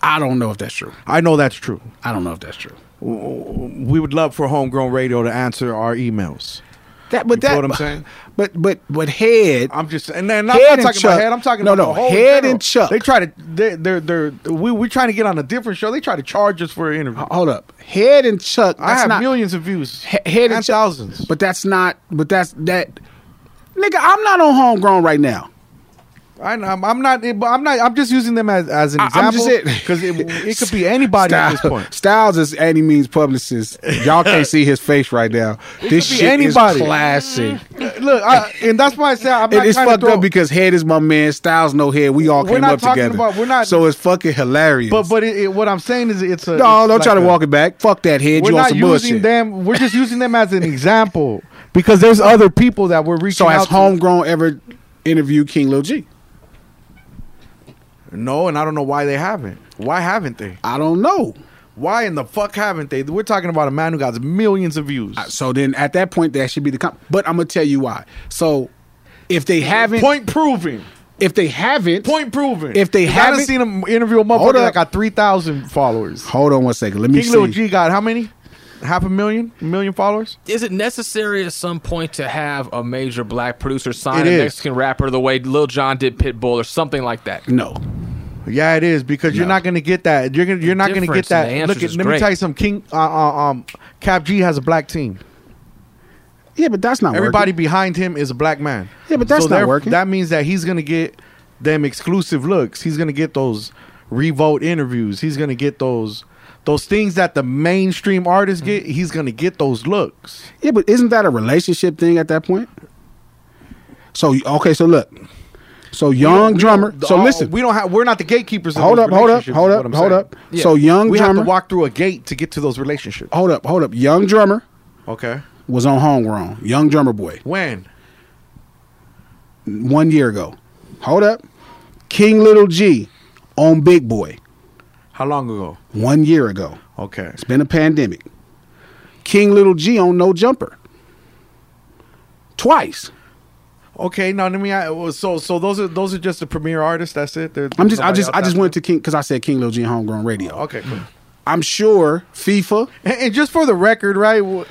B: I don't know if that's true.
C: I know that's true.
B: I don't know if that's true.
C: We would love for Homegrown Radio to answer our emails.
B: That, but
C: You feel
B: that,
C: what I'm saying?
B: But but but head.
C: I'm just and then I'm
B: Head
C: not
B: and
C: talking
B: Chuck.
C: about head. I'm talking
B: No,
C: about
B: no,
C: the whole
B: Head
C: general.
B: and Chuck.
C: They try to they, they're they're we we trying to get on a different show. They try to charge us for an interview.
B: hold up. Head and Chuck.
C: I
B: Uh, that's
C: have
B: not-
C: millions of views.
B: He- head and
C: and
B: Chuck-
C: thousands.
B: But that's not. But that's that. Nigga, I'm not on homegrown right now.
C: I know, I'm, I'm not. but I'm not. I'm just using them as, as an
B: I- I'm just
C: example
B: saying-
C: because it, it could be anybody at this point.
B: Styles is Andy Means publicist. Y'all can't see his face right now. this
C: could be
B: shit
C: anybody.
B: is classic.
C: look, I, and that's why I said I'm not
B: it's
C: trying to
B: fucked
C: throw.
B: up because head is my man, Styles no head. We all
C: We're
B: came
C: not
B: up
C: talking
B: together.
C: about- we're not-
B: so it's fucking hilarious.
C: but but it, it, what I'm saying is it's a
B: no,
C: it's
B: don't try
C: like
B: to
C: a-
B: walk it back. Fuck that head.
C: We're
B: You on
C: not
B: some
C: using
B: bullshit.
C: them. We're just using them as an example because there's other people that we're reaching
B: so has
C: out to.
B: homegrown ever interviewed King Lil G?
C: No, and I don't know why they haven't. Why haven't they?
B: I don't know.
C: Why in the fuck haven't they? We're talking about a man who got millions of views.
B: So then at that point that should be the comp. But I'm gonna tell you why. So if they haven't,
C: Point proven.
B: if they haven't,
C: Point proven.
B: If they
C: I done
B: haven't-
C: seen him interview a motherfucker
B: Hold up.
C: that got three thousand followers.
B: Hold on one second. Let me
C: King
B: see.
C: Lil G got how many? Half a million? A million followers?
D: Is it necessary at some point to have a major black producer sign
C: It
D: a
C: is.
D: Mexican rapper the way Lil Jon did Pitbull or something like that?
B: No.
C: Yeah, it is because you're
B: No.
C: not going to get that. You're gonna, you're not going to get
D: difference in the
C: that.
D: answers
C: Look, at,
D: is
C: let me
D: great.
C: tell you some King uh, uh, um Cap G has a black team.
B: Yeah, but that's not
C: Everybody
B: Working.
C: behind him is a black man.
B: Yeah, but that's not
C: there-
B: working.
C: That means that he's gonna get them exclusive looks. He's gonna get those revolt interviews. He's gonna get those those things that the mainstream artists get. He's gonna get those looks.
B: Yeah, but isn't that a relationship thing at that point? So okay, so look, so young
C: We don't-
B: drummer.
C: the-
B: So
C: uh,
B: listen,
C: we don't have. We're not the gatekeepers. Of
B: hold
C: those
B: up, hold up,
C: relationships,
B: hold
C: is
B: up,
C: what I'm
B: hold
C: saying.
B: up. So young
C: We have
B: drummer,
C: to walk through a gate to get to those relationships.
B: hold up, hold up. Young drummer
C: Okay.
B: was on homegrown. Young drummer boy,
C: When?
B: one year ago. Hold up, King Little G on Big Boy,
C: How long ago?
B: one year ago.
C: Okay.
B: It's been a pandemic. King Little G on No Jumper, twice.
C: Okay. Now let me. I, well, so so those are those are just the premier artists. That's it. There-
B: I'm just, I
C: nobody
B: just,
C: else
B: I just
C: after?
B: went to King because I said King Little G on Homegrown Radio.
C: Okay. Cool.
B: I'm sure FIFA.
C: And, and just for the record, right? w-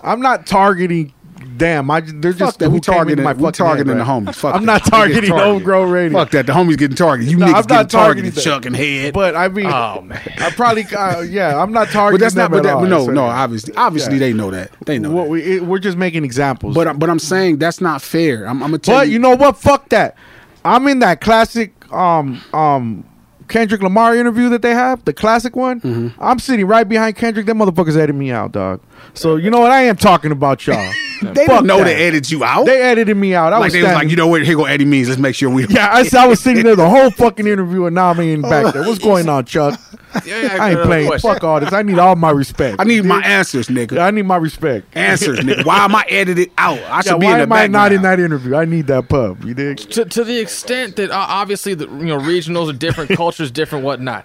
C: I'm not targeting. Damn, I, they're
B: Fuck
C: just
B: that.
C: who
B: We
C: came into
B: targeting,
C: my
B: we
C: fucking
B: targeting
C: head,
B: the
C: right?
B: homies. Fuck
C: I'm
B: that.
C: not
B: We getting
C: targeting
B: targeted.
C: homegrown radio.
B: Fuck that. The homies getting targeted. You
C: No,
B: niggas
C: I'm
B: getting
C: not
B: targeted.
C: targeting them.
B: Chuck and head.
C: But I mean,
D: Oh, man.
C: I probably, uh, yeah, I'm not targeting.
B: but that's not.
C: them
B: But
C: at
B: that,
C: all,
B: no,
C: so-
B: no. Obviously, obviously
C: Yeah.
B: they know that. They know.
C: What
B: that.
C: we, it, we're just making examples.
B: but I'm- but I'm saying that's not fair. I'm, I'm gonna tell
C: But you know what? Fuck that. I'm in that classic um um Kendrick Lamar interview that they have, the classic one.
B: Mm-hmm.
C: I'm sitting right behind Kendrick. That motherfucker's editing me out, dog. So you know what? I am talking about y'all.
B: they
C: fuck
B: didn't know
C: that.
B: they edited you out.
C: they edited me out. I
B: like
C: was
B: they was like,
C: standing-
B: you know what? Here go Eddie Means. Let's make sure we.
C: yeah, I, s- I was sitting there the whole fucking interview, and now I'm in back there. What's going on, Chuck?
D: Yeah, yeah,
C: I ain't
D: good
C: playing.
D: question.
C: Fuck all this. I need all my respect.
B: I need my answers, nigga.
C: I need my respect.
B: Answers, nigga. Why am I edited out? I should
C: Yeah,
B: be
C: why
B: in the
C: am I not in
B: background.
C: that interview? I need that pub. You dig?
D: to, to the extent that uh, obviously the you know regionals are different, cultures different, whatnot.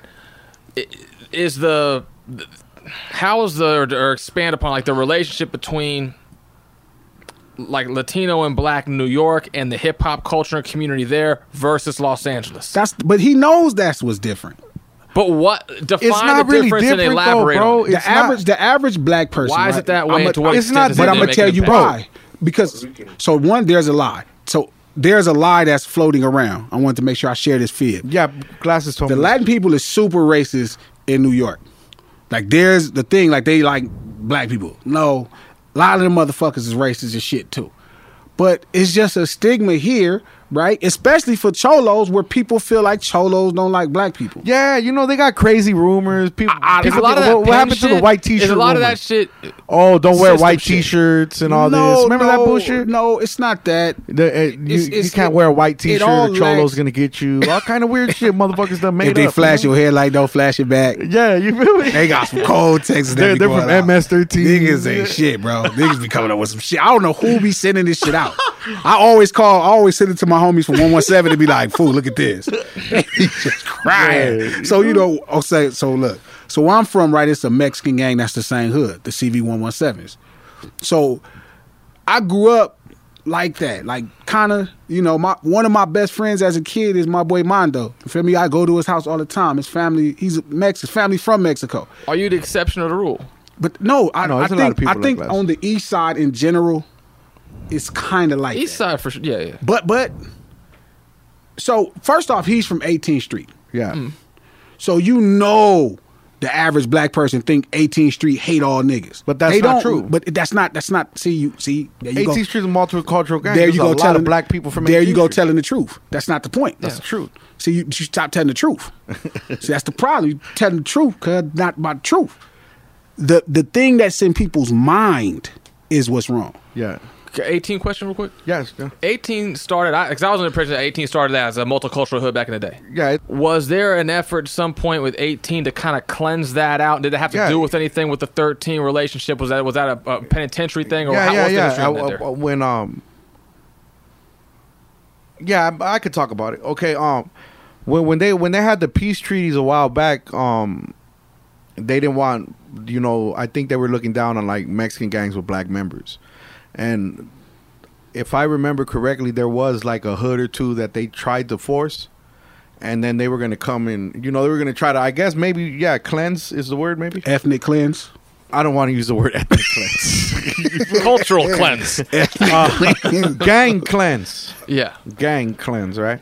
D: i- Is the the- how is the or expand upon like the relationship between like Latino and Black New York and the hip hop culture and community there versus Los Angeles?
B: That's but he knows that's what's different.
D: But what define
C: It's not
D: the
C: really
D: difference
C: different,
D: and
C: though,
D: elaborate?
C: bro.
D: on it.
B: The
C: It's not-
B: average, the average black person.
D: Why is
B: right?
D: it that way?
B: I'm
D: and
B: a-
D: to what
C: it's
D: extent
C: not
D: does it
B: but
C: that
B: I'm
C: didn't
D: make
B: gonna
D: an
B: tell you
D: impact?
B: why. Because so one, there's a lie. So there's a lie that's floating around. I wanted to make sure I share this fear.
C: Yeah, glasses told
B: The
C: me.
B: Latin people is super racist in New York. Like there's the thing, like they like black people. No, a lot of them motherfuckers is racist as shit too. But it's just a stigma here, right? Especially for cholos, where people feel like cholos don't like black people.
C: Yeah, you know they got crazy rumors. People,
D: Is
C: people
D: Ah, a lot of
C: think,
D: that
C: what, what
D: pimp
C: happened to the
D: shit-
C: white T-shirt?
D: Is a lot of
C: rumor?
D: that shit.
C: Oh, don't wear
D: system
C: white
D: shit?
C: T-shirts and all this. Remember that
B: no,
C: bullshit?
B: No, it's not that.
C: The, uh, you,
B: It's-
C: you
B: it's-
C: can't wear a white
B: it
C: T-shirt.
B: all
C: Or Cholo's
B: lacks-
C: gonna get you. All kind of weird shit. Motherfuckers done made
B: If they
C: up,
B: flash
C: you
B: your headlight, don't flash it back.
C: know? Yeah, you feel me?
B: They got some cold texts. that
C: They're-
B: be
C: they're from
B: going out.
C: MS-13.
B: Niggas ain't shit, bro. Niggas be coming up with some shit. I don't know who be sending this shit out. I always call, I always send it to my homies from 117 to be like, fool, look at this. He's just crying.
C: Yeah.
B: So, you know, I'll say, so look. So where I'm from, right, it's a Mexican gang that's the same hood, the CV117s. So I grew up like that, like kind of, you know, my one of my best friends as a kid is my boy Mondo. You feel me? I go to his house all the time. His family, he's Mex, his family from Mexico.
D: Are you the exception or the rule?
B: But no, I,
C: No,
B: I
C: there's a
B: think
C: lot of people
B: I
C: like
B: think
C: that.
B: on the east side in general, it's kind of like
D: East
B: that.
D: side for sure. Yeah, yeah.
B: But but so first off, he's from 18th Street,
C: Yeah,
D: Mm.
B: so you know the average black person think 18th Street hate all niggas.
C: But that's
B: They don't-
C: not true.
B: But that's not that's not. See you see there you go.
C: 18th Street is a multicultural
B: There
C: gang. There's
B: you
C: a
B: go
C: lot
B: telling
C: of black people from.
B: There
C: 18th
B: you go
C: Street.
B: telling the truth. That's not the point.
C: That's the truth.
B: See, you, you stop telling the truth. See, that's the problem. You telling the truth, cause not about the truth. The the thing that's in people's mind is what's wrong.
C: Yeah,
D: 18 question real quick?
C: Yes.
D: 18 started, because I, was under the impression that 18 started as a multicultural hood back in the day.
C: Yeah.
D: was there an effort at some point with 18 to kind of cleanse that out? Did that have to
C: Yeah.
D: do with anything with the 13 relationship? Was that was that a, a penitentiary thing? Or
C: yeah,
D: how,
C: yeah,
D: what's the
C: yeah.
D: history on that
C: I-
D: there?
C: I- when um, yeah, I, I could talk about it. Okay, um, when when they when they had the peace treaties a while back, um, they didn't want you know I think they were looking down on like Mexican gangs with black members, and if I remember correctly, there was like a hood or two that they tried to force. And then they were going to come in, you know, they were going to try to, I guess, maybe, yeah, cleanse is the word, maybe?
G: Ethnic cleanse.
C: I don't want to use the word ethnic cleanse.
D: Cultural cleanse.
C: Uh, gang cleanse.
D: Yeah.
C: Gang cleanse, right?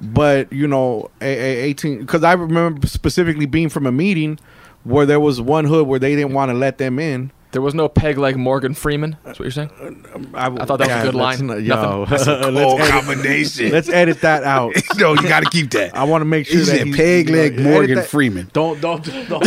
C: But, you know, a- a- 18, because I remember specifically being from a meeting where there was one hood where they didn't want to let them in.
D: There was no peg like Morgan Freeman. That's what you're saying.
C: I,
D: I thought that was a
C: Yeah,
D: good
C: let's
D: line.
C: not-
D: Nothing.
C: yo.
D: That's a cool
C: Let's edit-
D: combination.
C: Let's edit that out.
B: no, you got to keep that.
C: I want to make
B: He
C: sure that
B: said
C: he-
B: peg
C: you know,
B: leg
C: edit
B: Morgan
C: that-
B: Freeman.
D: Don't don't don't.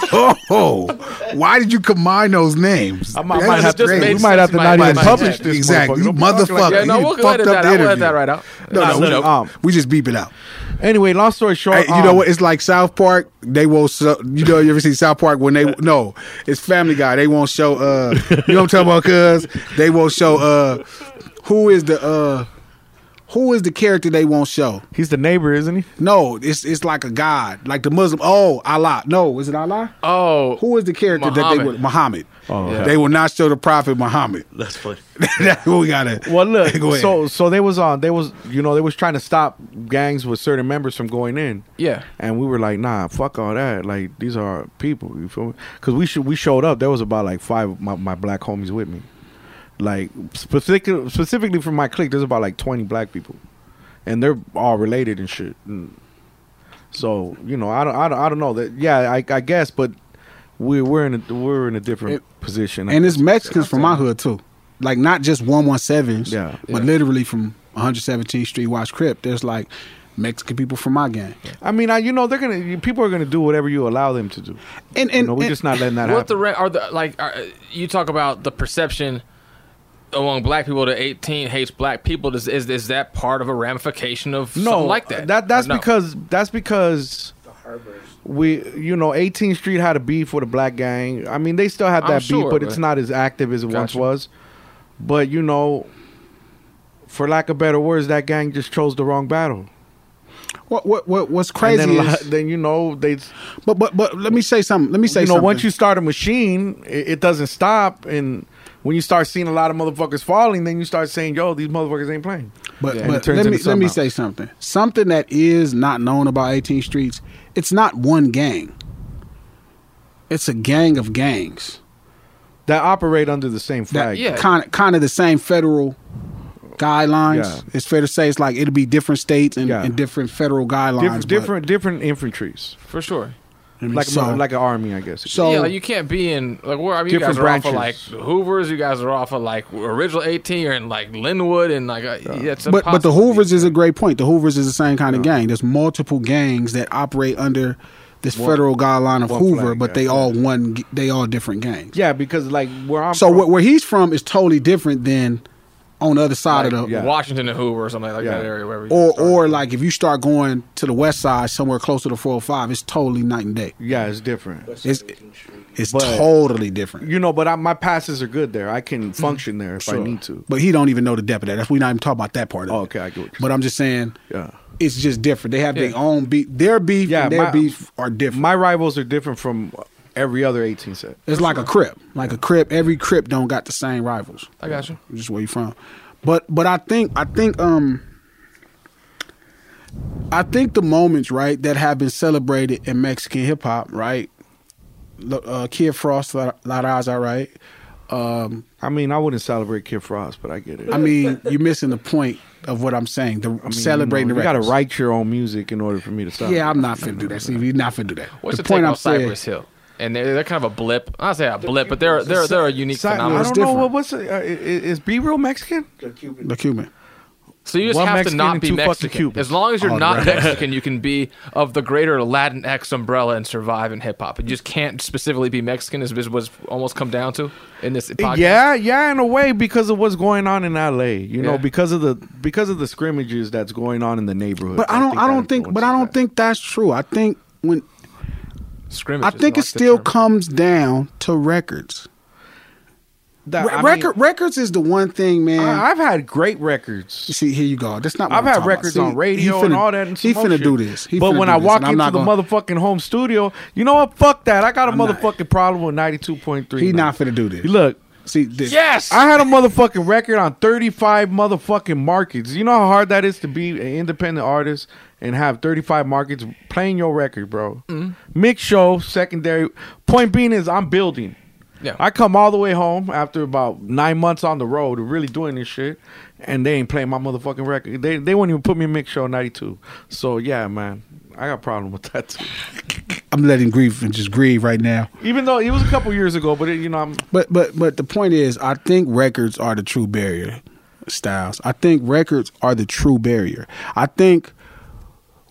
B: Oh, why did you combine those names?
C: I might-
B: That
C: might
B: is
C: have to-
B: crazy.
C: we might have to not even publish this
B: Exactly,
C: motherfucker.
B: you
C: Don't talk like
B: motherfucker.
C: that. Yeah, no,
B: you
C: we'll
B: fucked
D: edit
B: up
D: that. I'll
B: the
D: edit that
B: interview.
D: right out.
B: No,
C: I'll
B: no,
C: let
B: we,
C: it- um,
B: we just beep it out.
C: Anyway, long story short,
B: Hey, you know
C: um,
B: what? It's like South Park. They will. So, you know, you ever seen South Park when they no? It's Family Guy. They won't show. uh You know what I'm talking about? Cause they won't show. uh Who is the? uh Who is the character they won't show?
C: He's the neighbor, isn't he?
B: No, it's it's like a god, like the Muslim. Oh, Allah. No, is it Allah?
D: Oh,
B: Who is the character that they
D: Muhammad.
B: would Muhammad?
C: Oh, okay.
B: They will not show the Prophet Muhammad.
H: That's funny.
B: That's what we gotta.
C: Well, look.
B: Go ahead.
C: so, so they was on. They was, you know, they was trying to stop gangs with certain members from going in.
D: Yeah.
C: And we were like, nah, fuck all that. Like these are our people. You feel me? Because we should we showed up. There was about like five of my, my black homies with me. Like specific, specifically from my clique, there's about like twenty black people, and they're all related and shit. And so you know, I don't, I don't, I don't know that. Yeah, I, I guess, but we're we're in a we're in a different position.
B: and it's Mexicans from my hood too, like not just one one sevens,
C: Yeah.
B: but literally from 117th Street Watch Crip. There's like Mexican people from my gang.
C: I mean, I, you know, they're gonna you- people are gonna do whatever you allow them to do,
B: and
C: you know, we're just not letting that
D: What
C: happen.
D: the re- are the like? Are, you talk about the perception among black people that 18 hates black people. Does, is is that part of a ramification of
C: no,
D: something like that?
C: that's
D: Or no?
C: because that's because we, you know, 18th Street had a beef with a black gang. I mean, they still have
D: I'm
C: that
D: sure,
C: beef, but it's
D: but-
C: not as active as it once
D: Gotcha.
C: was. But you know, for lack of better words, that gang just chose the wrong battle.
B: What what what what's crazy?
C: And then, li-
B: is-
C: then you know they.
B: But but but let me say something. Let me say
C: you know
B: something.
C: once you start a machine, it, it doesn't stop. And when you start seeing a lot of motherfuckers falling, then you start saying, "Yo, these motherfuckers ain't playing."
B: But,
C: And it
B: but
C: turns
B: let
C: into
B: me let
C: something
B: me
C: else.
B: say something. Something that is not known about 18th Streets. It's not one gang. It's a gang of gangs.
C: that operate under the same
B: That
C: flag.
B: kind of kind of the same federal guidelines.
C: Yeah.
B: It's fair to say it's like it'll be different states and,
C: Yeah.
B: and different federal guidelines.
C: different, different, different infantries,
D: for sure.
C: like
B: so-
C: a, like an army, I guess.
D: yeah, like you can't be in like where I mean, you guys
C: Different
D: are off of like
C: branches.
D: Hoovers. You guys are off of like original 18. You're in like Linwood and like uh, yeah. it's
B: but but the
D: impossible.
B: Hoovers is a great point. The Hoovers is the same kind of gang. There's multiple gangs that operate under this
C: One-
B: federal guideline of
C: one
B: Hoover,
C: flag,
B: but
C: yeah.
B: they all one. g- They all different gangs.
C: yeah, because like where I'm
B: So
C: from,
B: wh- where he's from is totally different than on the other side of the
D: Washington and Hoover or something like
C: Yeah.
D: that area. Wherever you
B: or
D: start.
B: or like if you start going to the west side somewhere closer to 405, it's totally night and day.
C: yeah, it's different.
B: It's it's
C: But-
B: totally different.
C: You know, but I, my passes are good there. I can function there if I
B: Mm-hmm. Sure.
C: need to.
B: But he don't even know the depth of that. That's we not even talking about that part of
C: Oh,
B: it.
C: okay, I get what you're
B: But I'm just saying
C: Yeah.
B: it's just different. They have
D: Yeah.
B: their own beef. Their beef
C: Yeah,
B: and their
C: my-
B: beef are different.
C: My rivals are different from every other 18 set.
B: It's like a crip. Like a crip. Every crip don't got the same rivals.
D: I got you.
B: Just where you from. But but I think I think um I think the moments, right, that have been celebrated in Mexican hip hop, right? Lo- Uh, Kid Frost, La, La Raza, right? Um,
C: I mean, I wouldn't celebrate Kid Frost, but I get it.
B: I mean, you're missing the point of what I'm saying. The
C: I mean,
B: celebrating
C: you know,
B: the
C: you got to
B: records.
C: write your own music in order for me to stop.
B: Yeah, I'm not finna do that. See, you're not finna do that.
D: What's the, take on Cypress Hill? And they're, they're kind of a blip. I say a blip, but they're they're they're a unique
C: Si- I
D: phenomenon.
C: don't know what what's it, uh, i- i- is B real Mexican?
I: The Cuban.
B: the Cuban.
D: So you just
C: One
D: have
C: Mexican
D: to not
C: and
D: be
C: two fucking
D: Mexican.
C: Cubans.
D: As long as you're
C: All
D: not
C: right.
D: Mexican, you can be of the greater Latinx umbrella and survive in hip hop. You just can't specifically be Mexican, is is what's almost come down to in this podcast.
C: Yeah, yeah, in a way because of what's going on in LA, you know,
D: Yeah.
C: because of the because of the scrimmages that's going on in the neighborhood.
B: But I don't. I don't think. But I don't think that's true. I think when
D: scrimmage.
B: I think it still comes down to records.
C: That-
B: Re-
C: I mean-
B: record records is the one thing, man.
C: I- I've had great records.
B: See, here you go. That's not. What
C: I've
B: I'm
C: had
B: talking about.
C: records
B: See,
C: on
B: he
C: radio and
B: finna-
C: all that. And some
B: he
C: more
B: finna
C: shit.
B: do this. He
C: but
B: finna
C: when
B: do
C: I
B: this,
C: walk
B: and I'm
C: into
B: not
C: the
B: gonna-
C: motherfucking home studio, you know what? Fuck that. I got a motherfucking problem with ninety two point three.
B: He not finna do this.
C: Look,
B: see this.
C: Yes, I had a motherfucking record on thirty five motherfucking markets. You know how hard that is to be an independent artist and have thirty five markets playing your record, bro.
D: Mhm.
C: Mix show, secondary. Point being is, I'm building.
D: Yeah.
C: I come all the way home after about nine months on the road of really doing this shit, and they ain't playing my motherfucking record. They they won't even put me in mix show ninety two. So yeah, man, I got a problem with that too.
B: I'm letting grief and just grieve right now.
C: Even though it was a couple years ago, but it, you know I'm
B: But but but the point is, I think records are the true barrier, Styles. I think records are the true barrier. I think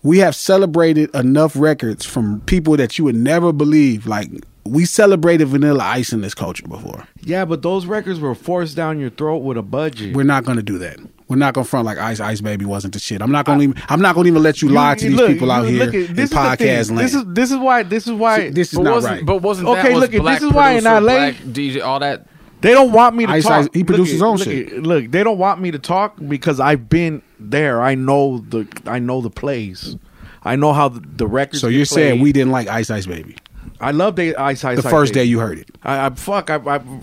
B: we have celebrated enough records from people that you would never believe. Like we celebrated Vanilla Ice in this culture before.
C: yeah, but those records were forced down your throat with a budget.
B: We're not going to do that. We're not going to front like Ice Ice Baby wasn't the shit. I'm not going to even. I'm not going to even let you lie to
C: You-
B: these
C: look,
B: people out
C: you-
B: here
C: look at-
B: in
C: this is the thing.
B: podcast land.
C: This is this is why this is why
B: this is not right.
D: But wasn't that
C: okay?
D: was
C: look, at
D: black
C: this is why in
D: producer,
C: LA
D: black DJ, all that.
C: They don't want me to
B: Ice
C: talk.
B: Ice- he
C: Look
B: produced
C: at-
B: his own
C: look
B: shit.
C: at- look, they don't want me to talk because I've been there. I know the I know the plays. I know how the, the records.
B: so
C: get
B: you're saying
C: played.
B: we didn't like Ice Ice Baby
C: I love the Ice Ice.
B: the first day you heard it.
C: I, I fuck. I,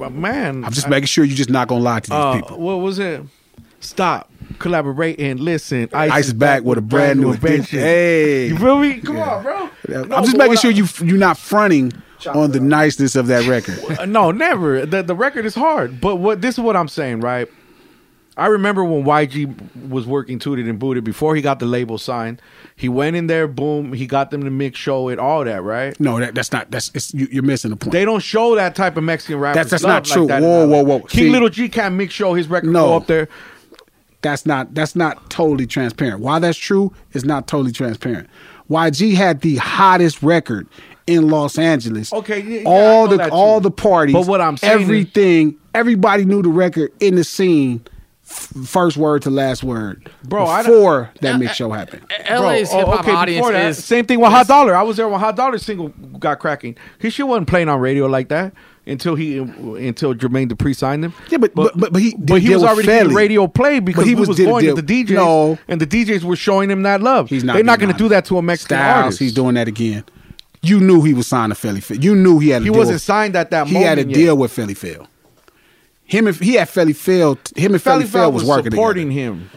C: I man.
B: I'm just
C: I-
B: making sure you're just not going to lie to these
C: uh,
B: people.
C: What was it? Stop. Collaborate and listen. Ice,
B: Ice is back with a brand new invention. Hey.
C: you feel me? Come on, bro.
B: I'm just
C: but
B: making
C: what
B: sure you you're not fronting on the niceness of that record.
C: Uh, no, never. The the record is hard. But what this is what I'm saying, right? I remember when YG was working Tooted and Booted before he got the label signed. He went in there, boom, he got them to mix show it, all that, right?
B: No, that, that's not. That's it's, you, you're missing the point.
C: They don't show that type of Mexican rap.
B: that's that's not true. whoa, whoa, whoa.
C: King
B: See,
C: Little G can't mix show his record
B: No.
C: go up there.
B: that's not that's not totally transparent. Why that's true is not totally transparent. YG had the hottest record in Los Angeles.
C: Okay, yeah, yeah, I know
B: all
C: that
B: the
C: too.
B: all the parties.
C: But what I'm saying is-
B: everything, everybody knew the record in the scene. f- First word to last word,
C: Bro, I don't-
B: Before that mix show happened,
D: LA's hip hop audience
C: oh, before that,
D: is
C: same thing with Hot Dollar. I was there when Hot Dollar's single got cracking. His shit wasn't playing on radio like that until he until Jermaine Dupri signed him.
B: Yeah, but but but, he
C: But he was already getting radio play because he, was, going
B: to
C: to the DJs,
B: No,
C: and the DJs were showing him that love.
B: he's not.
C: They're not
B: doing
C: going to do that to a Mexican
B: Styles,
C: artist.
B: He's doing that again. You knew he was signed to Philly Phil. You knew he had. A
C: He
B: deal
C: wasn't
B: with-
C: signed at that
B: He
C: moment
B: had a
C: yet.
B: deal with Philly Phil. Him and he had Philly Phil. Him and Philly,
C: Felly
B: Phil
C: Fell
B: was,
C: was
B: working
C: supporting
B: together,
C: him.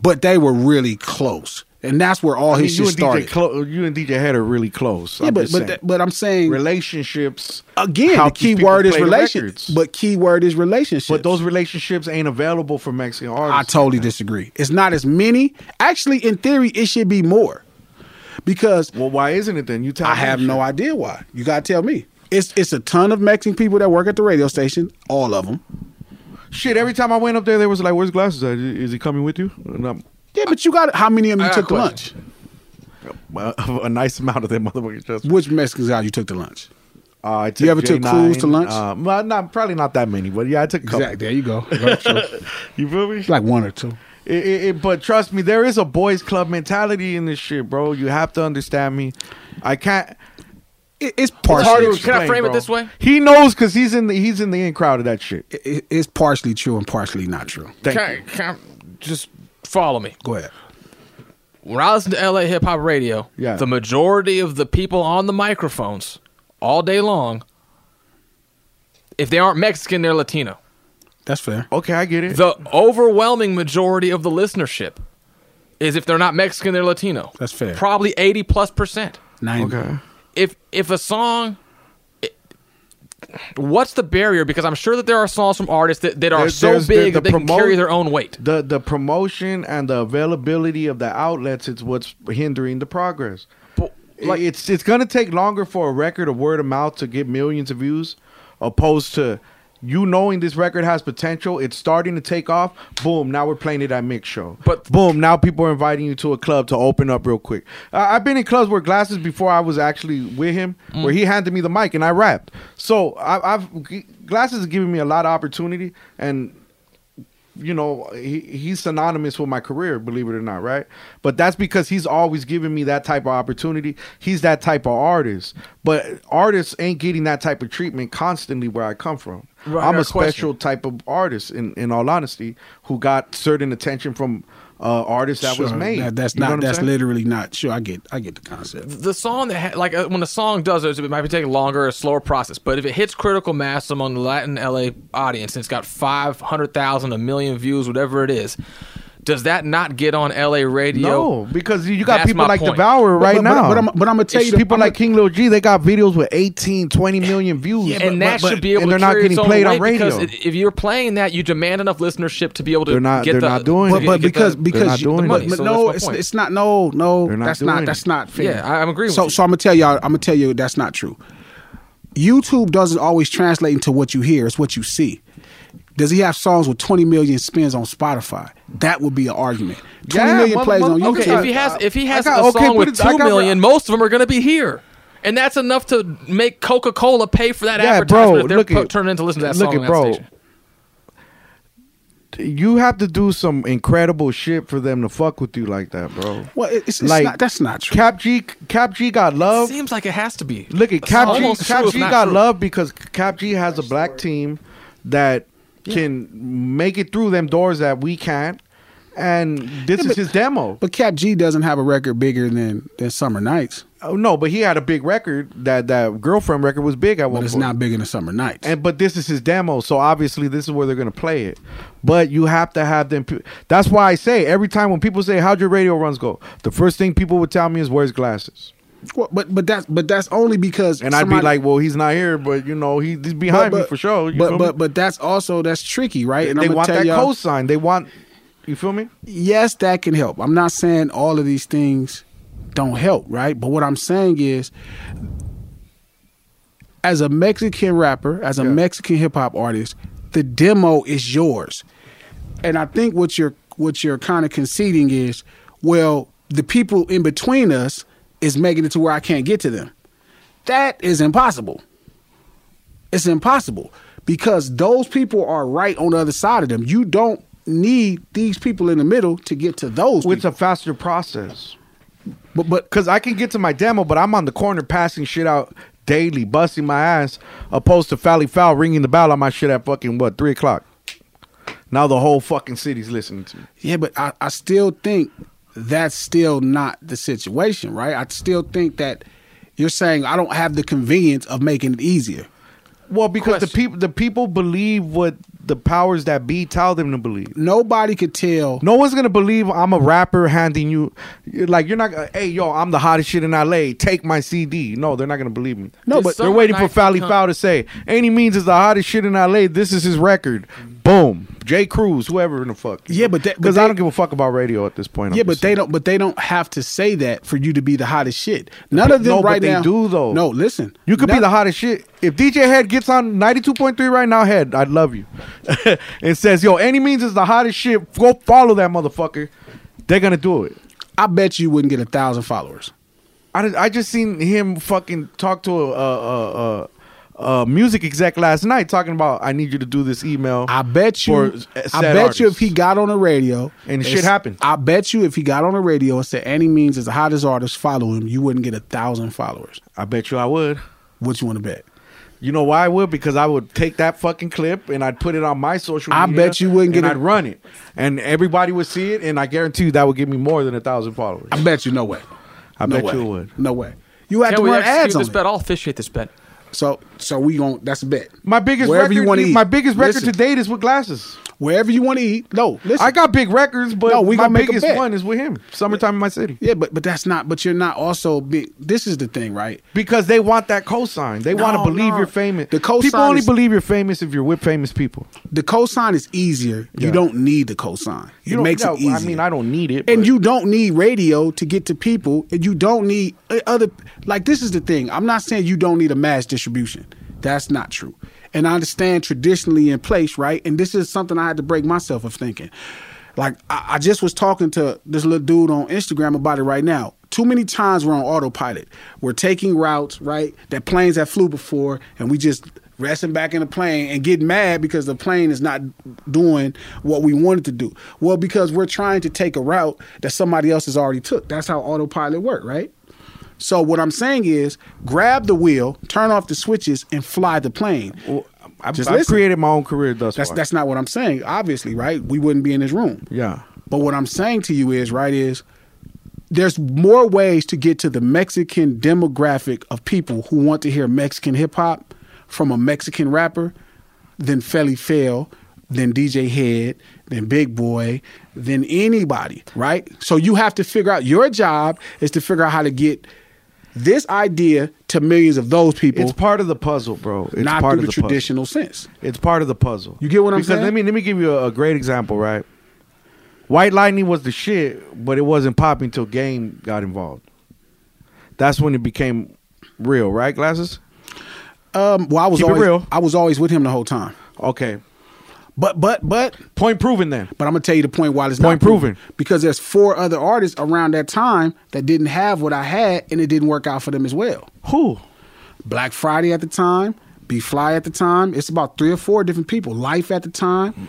B: but they were really close, and that's where all
C: I mean,
B: his
C: you
B: shit
C: and DJ
B: Oh, started.
C: Clo- you and DJ Head are really close.
B: yeah,
C: I'm
B: but
C: just
B: but
C: saying.
B: that- but I'm saying
C: relationships
B: again,
C: how
B: the
C: these
B: key
C: people
B: word is
C: play
B: relation.
C: records.
B: But key word is relationship.
C: But those relationships ain't available for Mexican
B: I
C: artists.
B: totally disagree. It's not as many. Actually, in theory, it should be more because
C: well, why isn't it then? You tell
B: I
C: me
B: have
C: that
B: no
C: shit.
B: idea why. You gotta tell me. It's it's a ton of Mexican people that work at the radio station. All of them.
C: Shit, every time I went up there, they was like, "Where's glasses? At? Is he coming with you?" And I'm,
B: Yeah, but you got how many of them
D: I got
B: you took
D: a
B: to lunch?
D: question.
C: a nice amount of them motherfuckers just.
B: Which Mexicans out you took to lunch?
C: Uh, I
B: You ever took
C: J9,
B: cruise to lunch?
C: Uh, well, not probably not that many, but yeah, I took a couple.
B: Exactly. There you go. Right, true.
C: You feel me?
B: It's like one or two.
C: It- it- it- but trust me, there is a boys' club mentality in this shit, bro. You have to understand me. I can't.
B: It, it's
C: It's
B: partially.
C: hard to
D: Can I
C: explain,
D: frame it
C: bro.
D: this way?
C: He knows because he's in the he's in the in crowd of that shit.
B: it- it- it's partially true and partially not true.
C: Thank
D: Can I-
C: you.
D: can I- just follow me.
B: Go ahead.
D: When I listen to LA hip hop radio,
C: Yeah.
D: the majority of the people on the microphones all day long, if they aren't Mexican, they're Latino.
B: That's fair.
C: Okay, I get it.
D: The overwhelming majority of the listenership is if they're not Mexican, they're Latino.
B: That's fair.
D: Probably 80 plus percent.
B: Nine.
C: okay.
D: if if a song it- what's the barrier because i'm sure that there are songs from artists that, that are
C: There's-
D: so
C: there's the-
D: big
C: the
D: that they can
C: promote-
D: carry their own weight
C: The the promotion and the availability of the outlets is what's hindering the progress.
D: But,
C: like it's it's gonna take longer for a record of word of mouth to get millions of views, opposed to you knowing this record has potential, it's starting to take off. Boom! Now we're playing it at mix show.
D: But
C: boom! Now people are inviting you to a club to open up real quick. I I've been in clubs where glasses before I was actually with him,
D: Mm.
C: where he handed me the mic and I rapped. So I, I've g- glasses has given me a lot of opportunity, and you know he, he's synonymous with my career, believe it or not, right? But that's because he's always giving me that type of opportunity. He's that type of artist, but artists ain't getting that type of treatment constantly where I come from.
D: Right,
C: I'm
D: no
C: a
D: question.
C: special type of artist, in in all honesty, who got certain attention from uh, artists that was
B: Sure,
C: made.
B: that- that's
C: You know what
B: not.
C: I'm
B: That's
C: saying?
B: literally not. Sure, I get. I get the concept.
D: the song that ha- like uh, when a song does it, it might be taking longer, a slower process. But if it hits critical mass among the Latin LA audience, and it's got five hundred thousand, a million views, whatever it is. Does that not get on LA radio?
C: No, because you got
D: That's
C: people
D: my
C: like
D: point.
C: Devour right
B: but-
C: now.
B: but I'm- but I'ma tell
C: It's
B: you the-
C: people
B: I'ma-
C: like King Lil G, they got videos with 18, 20 million views,
D: and that should be able
C: and
D: to
C: they're not
D: carry
C: getting
D: its own
C: played on
D: weight because
C: radio.
D: i- if you're playing that, you demand enough listenership to be able to
C: They're not-
D: get
C: they're
D: the,
C: not doing
D: to
C: it.
D: get-
B: But
D: get
B: because
D: the,
B: because
C: not
B: you-
C: doing
B: but-
C: it.
B: but,
D: So that's
B: no,
D: my
B: it's,
D: point.
B: it's not. No, no,
C: They're not
B: that's not
C: doing
B: that's
C: it.
B: not fair.
D: Yeah, I- I'm agreeing with
B: So
D: you.
B: so I'm gonna tell y'all. I'm gonna tell you that's not true. YouTube doesn't always translate into what you hear; it's what you see. Does he have songs with 20 million spins on Spotify? That would be an argument. Twenty
C: Yeah,
B: million
C: mother-
B: plays on YouTube.
C: mother-
D: Okay, if he has if he
C: I
D: has
C: got-
D: a
C: okay,
D: song
C: put
D: with
C: it- I
D: two
C: got-
D: million, most of them are going to be here, and that's enough to make Coca Cola pay for that
C: yeah,
D: advertisement.
C: bro,
D: if they're
C: look
D: po-
C: at,
D: turning in to listen to that
C: look
D: song
C: at,
D: on
C: bro.
D: that station.
C: You have to do some incredible shit for them to fuck with you like that, bro.
B: Well, it's, it's
C: Like-
B: not, that's not true.
C: Cap G, Cap G got love.
D: Seems like it has to be.
C: Look at
D: It's
C: Cap G.
D: almost
C: Cap
D: true, if
C: G
D: not
C: got
D: true.
C: love because Cap G has a black team that can make it through them doors that we can't. And this is his demo.
B: But Cap G doesn't have a record bigger than than Summer Nights,
C: Oh, no, but he had a big record. That that girlfriend record was big at
B: but
C: one
B: it's
C: point.
B: not bigger than Summer Nights.
C: and but this is his demo, so obviously this is where they're gonna play it. But you have to have them. pe- That's why I say every time when people say how'd your radio runs go, the first thing people would tell me is where's glasses,
B: Well, but but that's but that's only because
C: and I'd
B: somebody-
C: be like, well, he's not here, but you know he, he's
B: But-
C: behind me
B: but-
C: for sure. You
B: But
C: feel me?
B: but but that's also that's tricky, right?
C: they
B: I'ma
C: want
B: tell
C: that
B: y'all-
C: cosign. They want you feel me?
B: yes, that can help. I'm not saying all of these things don't help, right? But what I'm saying is, as a Mexican rapper, as a Mexican hip hop artist, the demo is yours. And I think what you're what you're kind of conceding is, well, the people in between us is making it to where I can't get to them. That is impossible. It's impossible because those people are right on the other side of them. You don't need these people in the middle to get to those.
C: It's
B: people.
C: a faster process.
B: but but
C: Cause I can get to my demo, but I'm on the corner passing shit out daily, busting my ass, opposed to Fally Foul ringing the bell on my shit at fucking what three o'clock. Now the whole fucking city's listening to me.
B: yeah, but I, I still think that's still not the situation, right? I still think that you're saying I don't have the convenience of making it easier.
C: Well, because the
D: Question.
C: people the people believe what the powers that be tell them to believe.
B: Nobody could tell.
C: No one's gonna believe I'm a rapper handing you, you're like you're not. gonna, Hey, yo, I'm the hottest shit in LA. Take my CD. No, they're not gonna believe me.
D: No, but-
C: they're waiting for
D: Summer
C: Fally
D: Nights
C: Fowl to say, "Any means is the hottest shit in LA. This is his record." Boom, J. Cruz, whoever in the fuck.
B: Yeah, but that- but
C: because I
B: they-
C: don't give a fuck about radio at this point. I'm
B: Yeah, but
C: just
B: they
C: saying.
B: don't. But they don't have to say that for you to be the hottest shit. None of them
C: No, but
B: right
C: they
B: now
C: do, though.
B: No, listen.
C: You could be
B: None-
C: the hottest shit. If DJ Head gets on 92.3 right now, Head, I love you. and says, yo, any means is the hottest shit. Go follow that motherfucker. They're going to do it.
B: I bet you wouldn't get a thousand followers.
C: I, did- I just seen him fucking talk to a, a, a, a, a music exec last night talking about, I need you to do this email.
B: I bet you.
C: for s-
B: I
C: said
B: bet you if
C: artists."
B: he got on the radio
C: And shit
B: s-
C: happened.
B: I bet you if he got on the radio and said any means is the hottest artist, follow him. You wouldn't get a thousand followers.
C: I bet you I would.
B: What you want to bet?
C: You know why I would? Because I would take that fucking clip and I'd put it on my social
B: I
C: media.
B: bet you wouldn't get
C: and
B: it-
C: I'd run it. And everybody would see it. And I guarantee you that would give me more than a thousand followers.
B: I bet you no way.
C: I
B: no
C: bet
B: way.
C: you would.
B: No way. You have
D: Can
B: to
D: we
B: run
D: execute
B: ads on
D: this
B: it.
D: bet? I'll officiate this bet.
B: So so we gon' that's a bet.
C: My biggest
B: Wherever
C: record,
B: you wanna eat.
C: my biggest record
B: Listen.
C: to date is with glasses.
B: Wherever you want to eat. No, listen.
C: I got big records, but
B: No, we
C: my
B: gonna make a
C: biggest
B: bet.
C: one is with him. Summertime in my city.
B: Yeah, but but that's not. But you're not also big. This is the thing, right?
C: Because they want that cosign. They want
B: No,
C: to believe
B: no.
C: you're famous.
B: The cosign
C: People only
B: is-
C: believe you're famous if you're with famous people.
B: The cosign is easier. You
C: Yeah.
B: don't need the cosign. It
C: don't-
B: makes
C: no,
B: it easier.
C: I mean, I don't need it.
B: And
C: but-
B: you don't need radio to get to people, and you don't need uh, other. Like this is the thing. I'm not saying you don't need a mass distribution. That's not true. and I understand traditionally in place, right? And this is something I had to break myself of thinking. Like I, I just was talking to this little dude on Instagram about it right now. Too many times we're on autopilot. We're taking routes, right? That planes have flew before, and we just resting back in the plane and getting mad because the plane is not doing what we wanted to do. Well, because we're trying to take a route that somebody else has already took. That's how autopilot work, right? So what I'm saying is, grab the wheel, turn off the switches, and fly the plane.
C: I, have created my own career thus
B: That's
C: far.
B: that's not what I'm saying. Obviously, right? We wouldn't be in this room.
C: yeah.
B: But what I'm saying to you is, right, is there's more ways to get to the Mexican demographic of people who want to hear Mexican hip hop from a Mexican rapper than Felly Fell, than DJ Head, than Big Boy, than anybody, right? So you have to figure out your job is to figure out how to get this idea to millions of those people.
C: It's part of the puzzle, bro. It's
B: not
C: part
B: through
C: of
B: the
C: puzzle.
B: traditional sense.
C: It's part of the puzzle.
B: You get what I'm
C: Because
B: saying?
C: Let me let me give you a, a great example, right? White Lightning was the shit, but it wasn't popping until Game got involved. That's when it became real, right? Glasses.
B: Um, well, I was
C: Keep it
B: always
C: real.
B: I was always with him the whole time.
C: Okay.
B: But but but
C: Point proven then.
B: But I'm gonna tell you the point why it's
C: Point
B: not proven.
C: proven.
B: because there's four other artists around that time that didn't have what I had, and it didn't work out for them as well.
C: Who?
B: Black Friday at the time, Be Fly at the time. It's about three or four different people. Life at the time.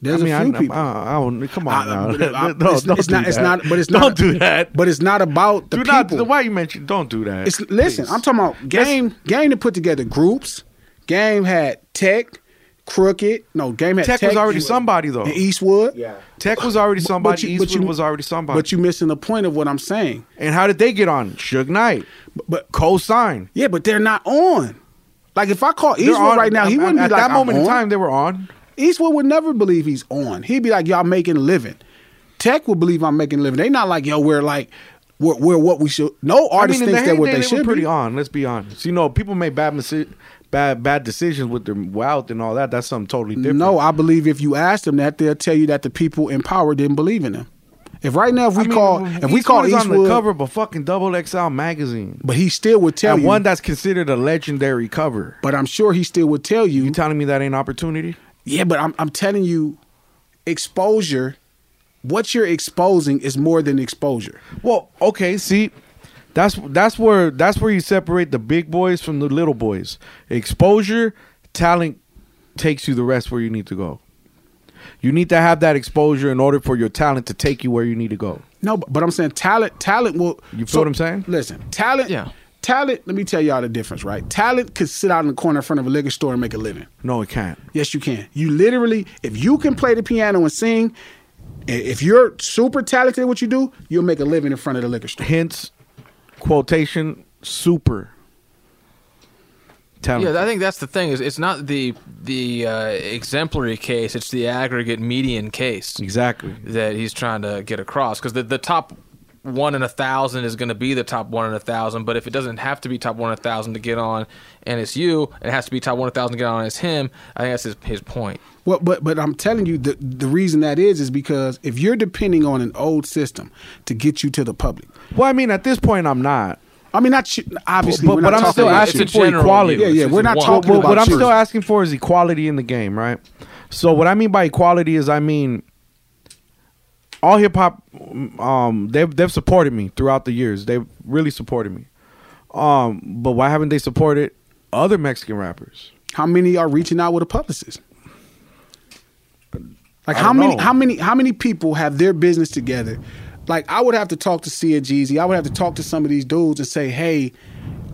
B: There's
C: I mean,
B: a few
C: I,
B: people.
C: I, I don't, come
B: I-
C: on now.
B: but I-
C: no,
B: it's,
C: don't
B: it's
C: do
B: not. It's
C: that.
B: not. But it's
C: Don't
B: not.
C: do that.
B: But it's not about the
C: do
B: people.
C: not. Why you mentioned? Don't do that.
B: It's listen.
C: Please.
B: I'm talking about game. Game to put together groups. Game had Tech, Crooked. No, game had Tech,
C: Tech was already somebody though.
B: and Eastwood.
E: Yeah.
C: Tech was already
B: But-
C: somebody.
B: but you- but
C: Eastwood
B: you-
C: was already somebody.
B: But you missing the point of what I'm saying.
C: and how did they get on? Suge Knight,
B: but-
C: co-sign.
B: Yeah, but they're not on. Like if I call
C: They're
B: Eastwood
C: on-
B: right now, he
C: I'm-
B: wouldn't
C: at
B: be like
C: that
B: "I'm
C: moment in
B: on."
C: time. They were on.
B: Eastwood would never believe he's on. He'd be like, "Y'all making a living." Tech would believe I'm making a living. They not like, "Yo, we're like, we're, we're what we should." No artist
C: I mean, in
B: thinks
C: the
B: they're what
C: heyday,
B: they,
C: were
B: should
C: pretty
B: be.
C: on. Let's be honest. You know, people made bad misi- bad bad decisions with their wealth and all that. That's something totally different.
B: No, I believe if you ask them that, they'll tell you that the people in power didn't believe in them. If right now, if we
C: I mean,
B: call, if we call
C: Eastwood is
B: Eastwood,
C: on the cover of a fucking double XL magazine,
B: but he still would tell
C: and
B: you.
C: one that's considered a legendary cover.
B: but I'm sure he still would tell you.
C: You telling me that ain't opportunity?
B: yeah, but I'm I'm telling you, exposure. What you're exposing is more than exposure.
C: Well, okay, see, that's that's where that's where you separate the big boys from the little boys. Exposure, talent takes you the rest where you need to go. You need to have that exposure in order for your talent to take you where you need to go.
B: No, but, but I'm saying talent. Talent will.
C: You feel what I'm saying?
B: Listen, talent.
D: Yeah.
B: Talent. Let me tell y'all the difference, right? Talent could sit out in the corner in front of a liquor store and make a living.
C: No, it can't.
B: Yes, you can. You literally, if you can play the piano and sing, i- if you're super talented at what you do, you'll make a living in front of the liquor store.
C: Hence, quotation super talent.
D: Yeah, I think that's the thing. Is it's not the the uh, exemplary case; it's the aggregate median case
C: exactly.
D: that he's trying to get across. Because the the top one in a thousand is going to be the top one in a thousand. But if it doesn't have to be top one in a thousand to get on, and it's you, it has to be top one in a thousand to get on. And it's him. I think that's his his point.
B: Well, but but I'm telling you, the the reason that is is because if you're depending on an old system to get you to the public,
C: Well, I mean, at this point, I'm not.
B: I mean, not you, obviously,
C: But-
B: we're
C: but
B: not
C: I'm
B: talking
C: still
B: about
C: asking
B: you.
C: for
D: general
C: equality.
D: view.
C: Yeah,
D: It's
B: yeah,
D: just
B: we're not
D: one.
B: talking
C: Well,
B: about
C: what I'm
B: you.
C: still asking for is equality in the game, right? So what I mean by equality is I mean all hip hop um they've they've supported me throughout the years. They've really supported me. Um but why haven't they supported other Mexican rappers?
B: how many are reaching out with a publicist? Like
C: I
B: how
C: don't
B: many
C: know.
B: how many how many people have their business together? Like I would have to talk to Sia Jeezy. I would have to talk to some of these dudes and say, "Hey,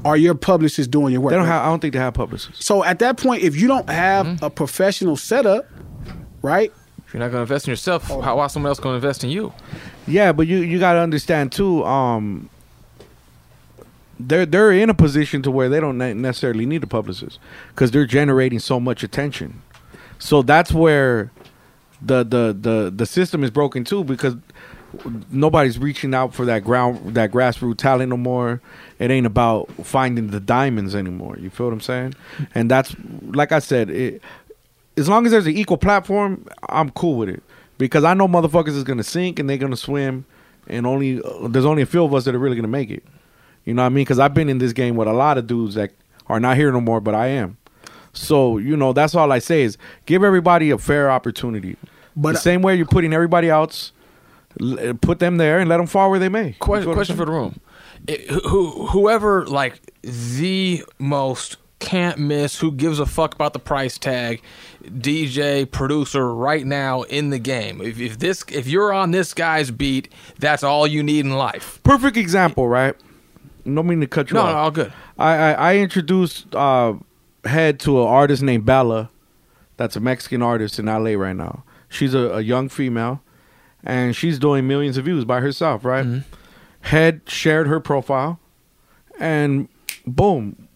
B: are your publicists doing your work?"
C: They don't
B: Like,
C: have Mm-hmm. I don't think they have publicists.
B: So at that point, if you don't have a professional setup, right?
D: If you're not going to invest in yourself, how why someone else going to invest in you?
C: Oh. Yeah, but you you got to understand too um they're they're in a position to where they don't ne- necessarily need a publicist because they're generating so much attention. So that's where the the the the system is broken too because nobody's reaching out for that ground that grassroots talent no more. It ain't about finding the diamonds anymore. You feel what I'm saying? And that's like I said, it, as long as there's an equal platform, I'm cool with it because I know motherfuckers is gonna sink and they're gonna swim, and only uh, there's only a few of us that are really gonna make it. You know what I mean? Because I've been in this game with a lot of dudes that are not here no more, but I am. So you know that's all I say is give everybody a fair opportunity. But the same way you're putting everybody else, l- put them there and let them fall where they may.
D: Question, question for the room: It- who, whoever like the most can't miss, who gives a fuck about the price tag, DJ producer right now in the game. If, if this, if you're on this guy's beat, that's all you need in life.
C: Perfect example, right? No mean to cut you
D: No,
C: off.
D: no, all good.
C: I I, I introduced uh, head to an artist named Bella, that's a Mexican artist in LA right now. She's a, a young female, and she's doing millions of views by herself, right?
D: Mm-hmm.
C: Head shared her profile, and boom,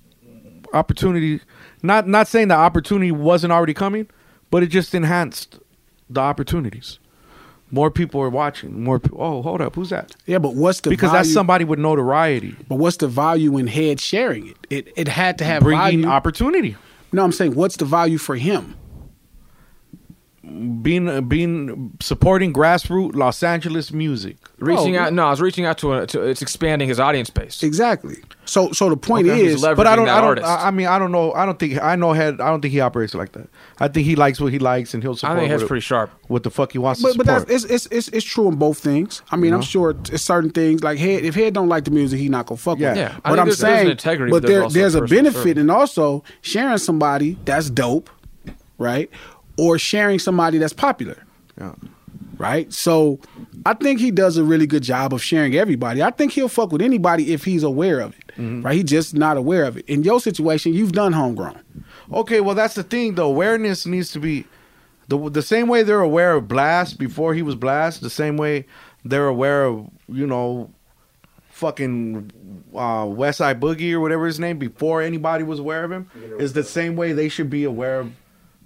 C: opportunity. Not not saying the opportunity wasn't already coming, but it just enhanced the opportunities. More people are watching. More. People, oh, hold up, who's that?
B: Yeah, but what's the
C: because that's
B: value-
C: somebody with notoriety.
B: But what's the value in head sharing it? It it had to have
C: Bringing
B: value.
C: opportunity.
B: No, I'm saying what's the value for him?
C: being uh, being supporting grassroots Los Angeles music,
D: Reaching
C: Oh,
D: out, no, I was reaching out to, a, to it's expanding his audience base.
B: Exactly. So so the point
D: Okay.
B: is,
D: He's leveraging
C: But I don't,
D: that
C: I don't.
D: artist.
C: I I mean, I don't know. I don't think I know. Head. I don't think he operates like that. I think he likes what he likes, and he'll
D: I
C: support.
D: think that's
C: what-
D: pretty sharp.
C: What the fuck he wants to
B: but, but
C: support.
B: that's it's, it's it's it's true in both things. I mean,
C: You
B: I'm
C: know?
B: sure it's certain things like head. If head don't like the music, he not gonna fuck
C: Yeah.
B: with. it.
C: Yeah.
D: I
B: But
D: think
B: I'm
D: there's- there's an
B: saying,
D: integrity,
B: but
D: but there's
B: there,
D: also
B: there's a
D: personal
B: benefit,
D: service.
B: and also sharing somebody that's dope, right? Or sharing somebody that's popular.
C: Yeah.
B: Right, so I think he does a really good job of sharing everybody. I think he'll fuck with anybody if he's aware of it.
C: Mm-hmm.
B: Right, he just not aware of it. In your situation, you've done homegrown.
C: Okay, well that's the thing. The awareness needs to be the the same way they're aware of Blast before he was Blast. The same way they're aware of you know, fucking uh, West Side Boogie or whatever his name before anybody was aware of him. Is the same way they should be aware of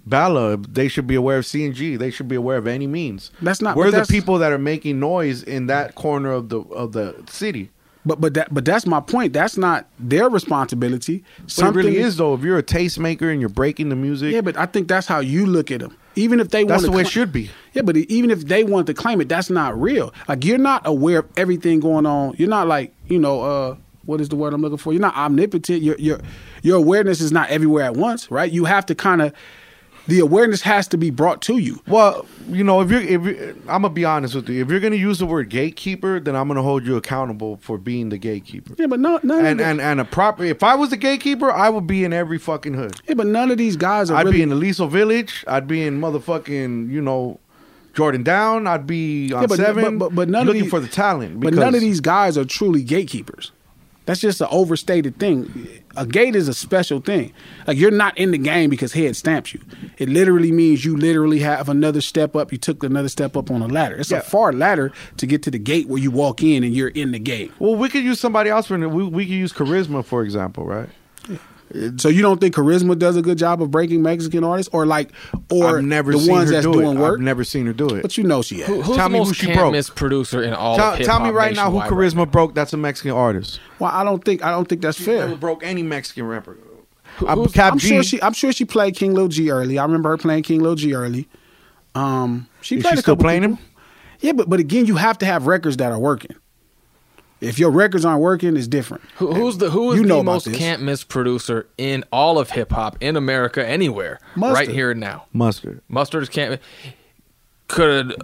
C: Bala. They should be aware of C and G. They should be aware of any means.
B: That's not-
C: We're
B: but
C: the
B: that's-
C: people that are making noise in that corner of the of the city.
B: But but that but that's my point. That's not their responsibility.
C: But it really is though. If you're a tastemaker and you're breaking the music,
B: Yeah, but I think that's how you look at them. Even if they
C: That's
B: want
C: the way it should be.
B: Yeah, but even if they want to claim it, that's not real. Like you're not aware of everything going on. You're not like you know uh, what is the word I'm looking for. You're not omnipotent. Your your your awareness is not everywhere at once, right? You have to kind of the awareness has to be brought to you.
C: Well, you know, if you're, if you I'm gonna be honest with you, if you're gonna use the word gatekeeper, then I'm gonna hold you accountable for being the gatekeeper.
B: Yeah, but no, none of
C: And
B: the-
C: and and a proper. If I was the gatekeeper, I would be in every fucking hood.
B: yeah, but none of these guys are
C: I'd
B: really
C: be in Aliso Village. I'd be in motherfucking you know, Jordan Down. I'd be on
B: yeah, but,
C: seven.
B: but, but, but none of
C: looking
B: these,
C: for the talent.
B: But none of
C: because-
B: these guys are truly gatekeepers. That's just an overstated thing. A gate is a special thing. Like you're not in the game because head stamps you. It literally means you literally have another step up. You took another step up on a ladder. It's
C: Yeah.
B: a far ladder to get to the gate where you walk in and you're in the gate.
C: Well, we could use somebody else for. We we could use charisma, for example, right?
B: So you don't think charisma does a good job of breaking Mexican artists, or like, or
C: I've never
B: the
C: seen
B: ones
C: her
B: that's
C: do
B: doing
C: it.
B: work?
C: I've never seen her do it.
B: but you know she
D: Who,
B: has.
D: who's
C: Tell
D: the
C: me who
D: most
C: she
D: can't
C: broke.
D: miss producer in all
C: tell,
D: of
C: tell me
D: hip-hop
C: right now who
D: nationwide right
C: charisma broke. That's a Mexican artist.
B: Well, I don't think I don't think that's fair.
C: Never broke any Mexican rapper.
D: who-
C: I, Cap
B: I'm
C: G,
B: sure she. I'm sure she played King Lil G early. I remember her playing King Lil G early. Um, she
C: Is
B: played
C: she
B: a
C: still
B: couple
C: playing
B: people.
C: him?
B: Yeah, but but again, you have to have records that are working. If your records aren't working, it's different.
D: Who, who's the who is
B: You know
D: the
B: about
D: most
B: this.
D: can't miss producer in all of hip hop in America anywhere right
B: Mustard.
D: here and now?
C: mustard.
D: Mustard is can't. Could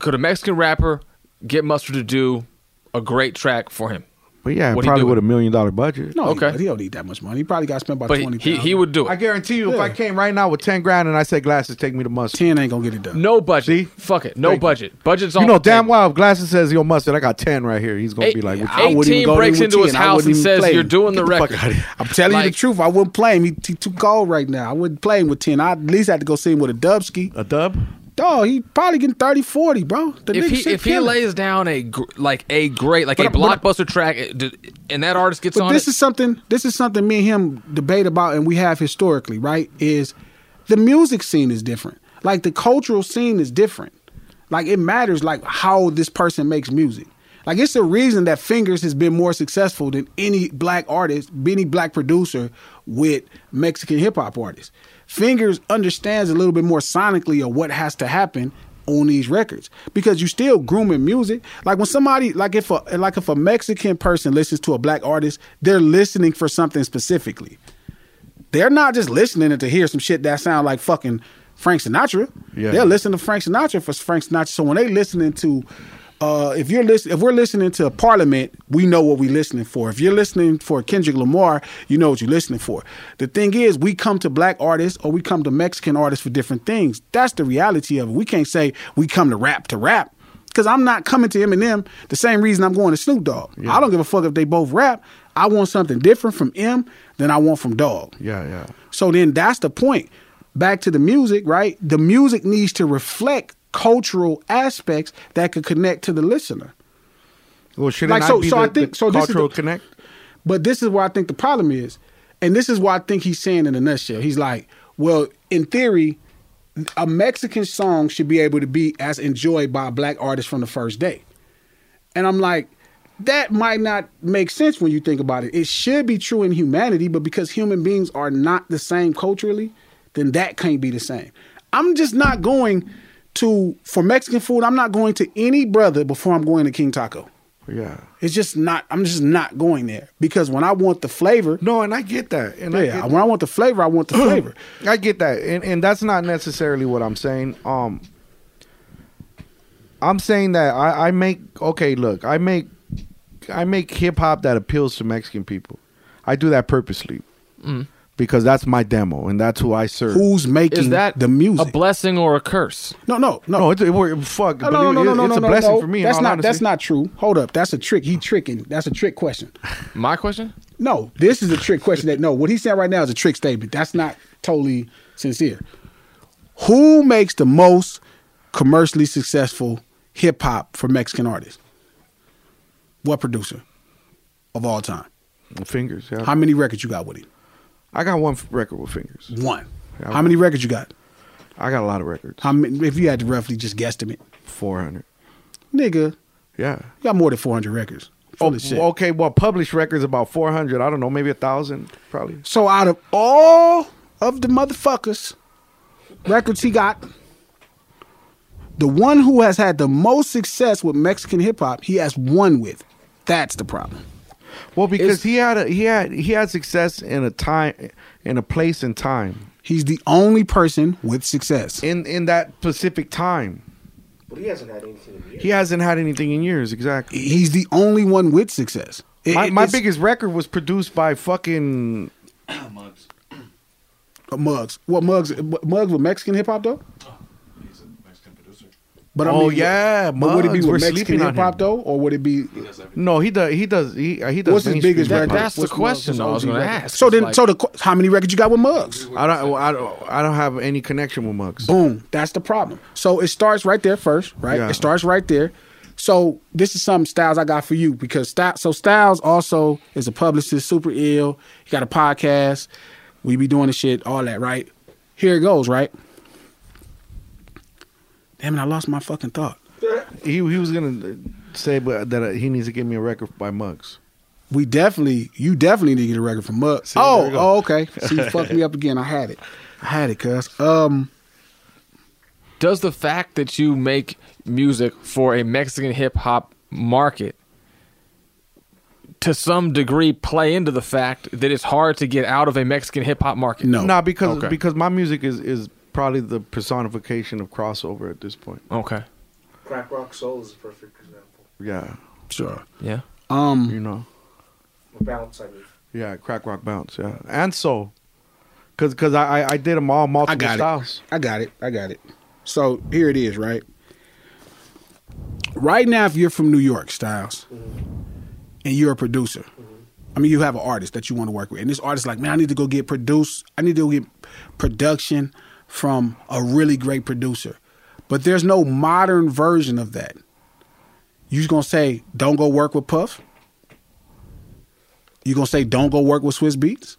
D: could a Mexican rapper get Mustard to do a great track for him?
C: But yeah,
D: What'd he
C: probably
D: do?
C: with a million dollar budget.
B: No,
D: Okay.
B: okay. he, don't need that much money. He probably got spent about
D: But
B: twenty.
D: he he would do
C: I
D: it.
C: guarantee you, if
B: Yeah.
C: I came right now with ten grand and I said glasses, take me to mustard.
B: ten ain't gonna get it done.
D: No budget.
C: See?
D: Fuck it. No
C: Thank you.
D: budget. Budget's all.
C: you know damn well if glasses says yo mustard, I got ten right here. He's gonna
D: Eight-
C: be like, what you-
B: I wouldn't even
D: Eighteen
B: go there
D: breaks
B: with
D: into his
B: 10. I
D: house and
B: wouldn't even
D: says,
B: play
D: "You're
B: him.
D: doing the
C: Get the fuck
D: record."
C: outta here.
B: I'm telling you
D: Like-
B: the truth. I wouldn't play him. He, he too cold right now. I wouldn't play him with ten. I at least had to go see him with a Dubski.
C: a dub?
B: Dog, he probably getting 30, 40, bro. The
D: if
B: nigga
D: he
B: shit
D: if he
B: killing.
D: lays down a gr- like a great like a
B: But- but-
D: blockbuster track uh, d- and that artist gets
B: But
D: on
B: this
D: it,
B: is something. This is something me and him debate about, and we have historically, right? Is the music scene is different. Like the cultural scene is different. Like it matters, like how this person makes music. Like it's the reason that Fingers has been more successful than any black artist, any black producer with Mexican hip hop artists. Fingers understands a little bit more sonically of what has to happen on these records because you still grooming music. Like when somebody like if a like if a Mexican person listens to a black artist, they're listening for something specifically. they're not just listening to hear some shit that sound like fucking Frank Sinatra.
C: Yeah.
B: They're listening to Frank Sinatra for Frank Sinatra. So when they listening to uh, if you're listening, if we're listening to Parliament, we know what we're listening for. If you're listening for Kendrick Lamar, you know what you're listening for. The thing is, we come to black artists or we come to Mexican artists for different things. That's the reality of it. We can't say we come to rap to rap because I'm not coming to Eminem the same reason I'm going to Snoop Dogg. I don't give a fuck if they both rap. I want something different from M than I want from Dogg.
C: Yeah, yeah.
B: So then that's the point. Back to the music, right? The music needs to reflect cultural aspects that could connect to the listener.
C: Well, should
B: Like,
C: it not
B: so-
C: be
B: so
C: the,
B: I think-
C: the
B: so this is
C: cultural
B: the-
C: connect?
B: But this is where I think the problem is. And this is what I think he's saying in a nutshell. He's like, well, in theory, a Mexican song should be able to be as enjoyed by a black artist from the first day. And I'm like, that might not make sense when you think about it. It should be true in humanity, but because human beings are not the same culturally, then that can't be the same. I'm just not going to, for Mexican food, I'm not going to any brother before I'm going to King Taco.
C: Yeah.
B: It's just not. I'm just not going there because when I want the flavor,
C: no, and I get that. And I
B: yeah,
C: get
B: when I want the flavor, I want the flavor.
C: I get that, and and that's not necessarily what I'm saying. Um, I'm saying that I, I make okay. Look, I make I make hip hop that appeals to Mexican people. I do that purposely
D: Mm.
C: because that's my demo and that's who I serve.
B: Who's making
D: Is that
B: the music?
D: a blessing or a curse?
B: No, no, no.
C: No, it's it, it, fuck.
B: No, no,
C: Oh, believe
B: no,
C: it,
B: no, no,
C: it's
B: no,
C: a
B: no,
C: blessing
B: no.
C: for me. in
B: That's
C: all
B: not.
C: honesty.
B: That's not true. Hold up. That's a trick. He tricking. That's a trick question.
D: My question?
B: No, this is a trick question. That no, what he's saying right now is a trick statement. That's not totally sincere. Who makes the most commercially successful hip hop for Mexican artists? What producer of all time?
C: fingers. Yeah.
B: How many records you got with him?
C: I got one f- record with fingers.
B: One. How many records you got?
C: I got a lot of records.
B: How many? If you had to roughly just guesstimate,
C: Four hundred.
B: nigga, you
C: Yeah.
B: got more than four hundred records. Full of shit.
C: Oh, Okay, well, published records about four hundred. I don't know, maybe a thousand, probably.
B: So out of all of the motherfuckers records he got, the one who has had the most success with Mexican hip hop, he has one with. That's the problem.
C: Well, because he had a he had he had success in a time in a place and time
B: He's the only person with success.
C: in in that specific time.
E: But he hasn't had anything in years.
C: He hasn't had anything in years, exactly.
B: He's the only one with success. It-
C: My,
B: it-
C: my
B: it's-
C: biggest record was produced by fucking
B: Uh, Mugs. What Mugs? Mugs with Mexican hip hop though. But I
C: Oh,
B: mean,
C: yeah,
B: but would it be with
C: Muggs. We're
B: Mexican
C: sleeping on
B: hip hop
C: him.
B: though, or would it be?
C: no. He does he does he uh, he does.
B: What's his
C: mainstream
B: biggest
C: hip
B: record?
C: hop.
D: That's the
B: What's
D: question
B: Muggs'
D: I was
B: OG
D: gonna
B: record?
D: ask.
B: So then,
D: It's
B: so
D: like-
B: the qu- how many records you got with Mugs?
C: I don't I don't I don't have any connection with Mugs.
B: Boom. That's the problem. So it starts right there first, right?
C: Yeah.
B: It starts right there. So this is some Styles I got for you because Styles, so Styles also is a publicist, super ill. He got a podcast. We be doing the shit, all that, right? Here it goes, right? Damn it, I lost my fucking thought.
C: He he was gonna say but that uh, he needs to give me a record by Mugs.
B: We definitely, you definitely need to get a record from Mutt.
C: there
B: Oh,
C: we go.
B: oh, okay. See, you fucked me up again. I had it. I had it, cuz. Um,
D: Does the fact that you make music for a Mexican hip hop market to some degree play into the fact that it's hard to get out of a Mexican hip hop market?
B: no.
C: Nah, because
D: Okay.
C: because my music is is probably the personification of crossover at this point.
D: Okay.
E: Crack Rock Soul is a perfect example.
C: Yeah,
B: Sure.
D: Yeah.
B: Um,
C: you know.
E: Or bounce, I mean.
C: Yeah, crack rock bounce. Yeah, and so, cause cause I I, I did them all multiple
B: I got
C: styles.
B: it. I got it. I got it. So here it is, right? Right now, if you're from New York, Styles, and you're a producer, I mean, you have an artist that you want to work with, and this artist like, man, I need to go get produced. I need to go get production from a really great producer, but there's no modern version of that. You just gonna say, don't go work with Puff. You gonna say, don't go work with Swiss Beats.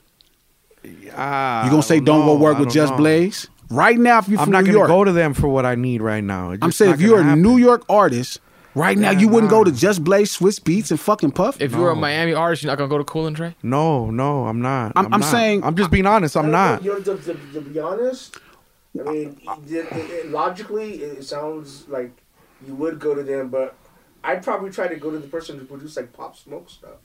C: Ah,
B: You gonna say
C: I
B: don't go
C: know,
B: work
C: I
B: with
C: don't
B: Just
C: know.
B: Blaze? Right now, if you're
C: I'm
B: from
C: not
B: New
C: gonna
B: York,
C: go to them for what I need right now. It's
B: I'm
C: just
B: saying
C: not
B: if you're
C: gonna
B: a
C: happen.
B: New York artist right now,
C: Yeah,
B: you wouldn't
C: nah.
B: go to Just Blaze, Swiss Beats, and fucking Puff.
D: If you're a Miami artist, you're not gonna go to Cool and Dre.
C: No, no, I'm not.
B: I'm- I'm
C: not.
B: saying-
C: I'm just being honest. I'm not.
E: You know, to, to, to be honest, I mean, the- the- it- logically, it sounds like you would go to them, but I'd probably try to go to the person who produced like Pop Smoke stuff.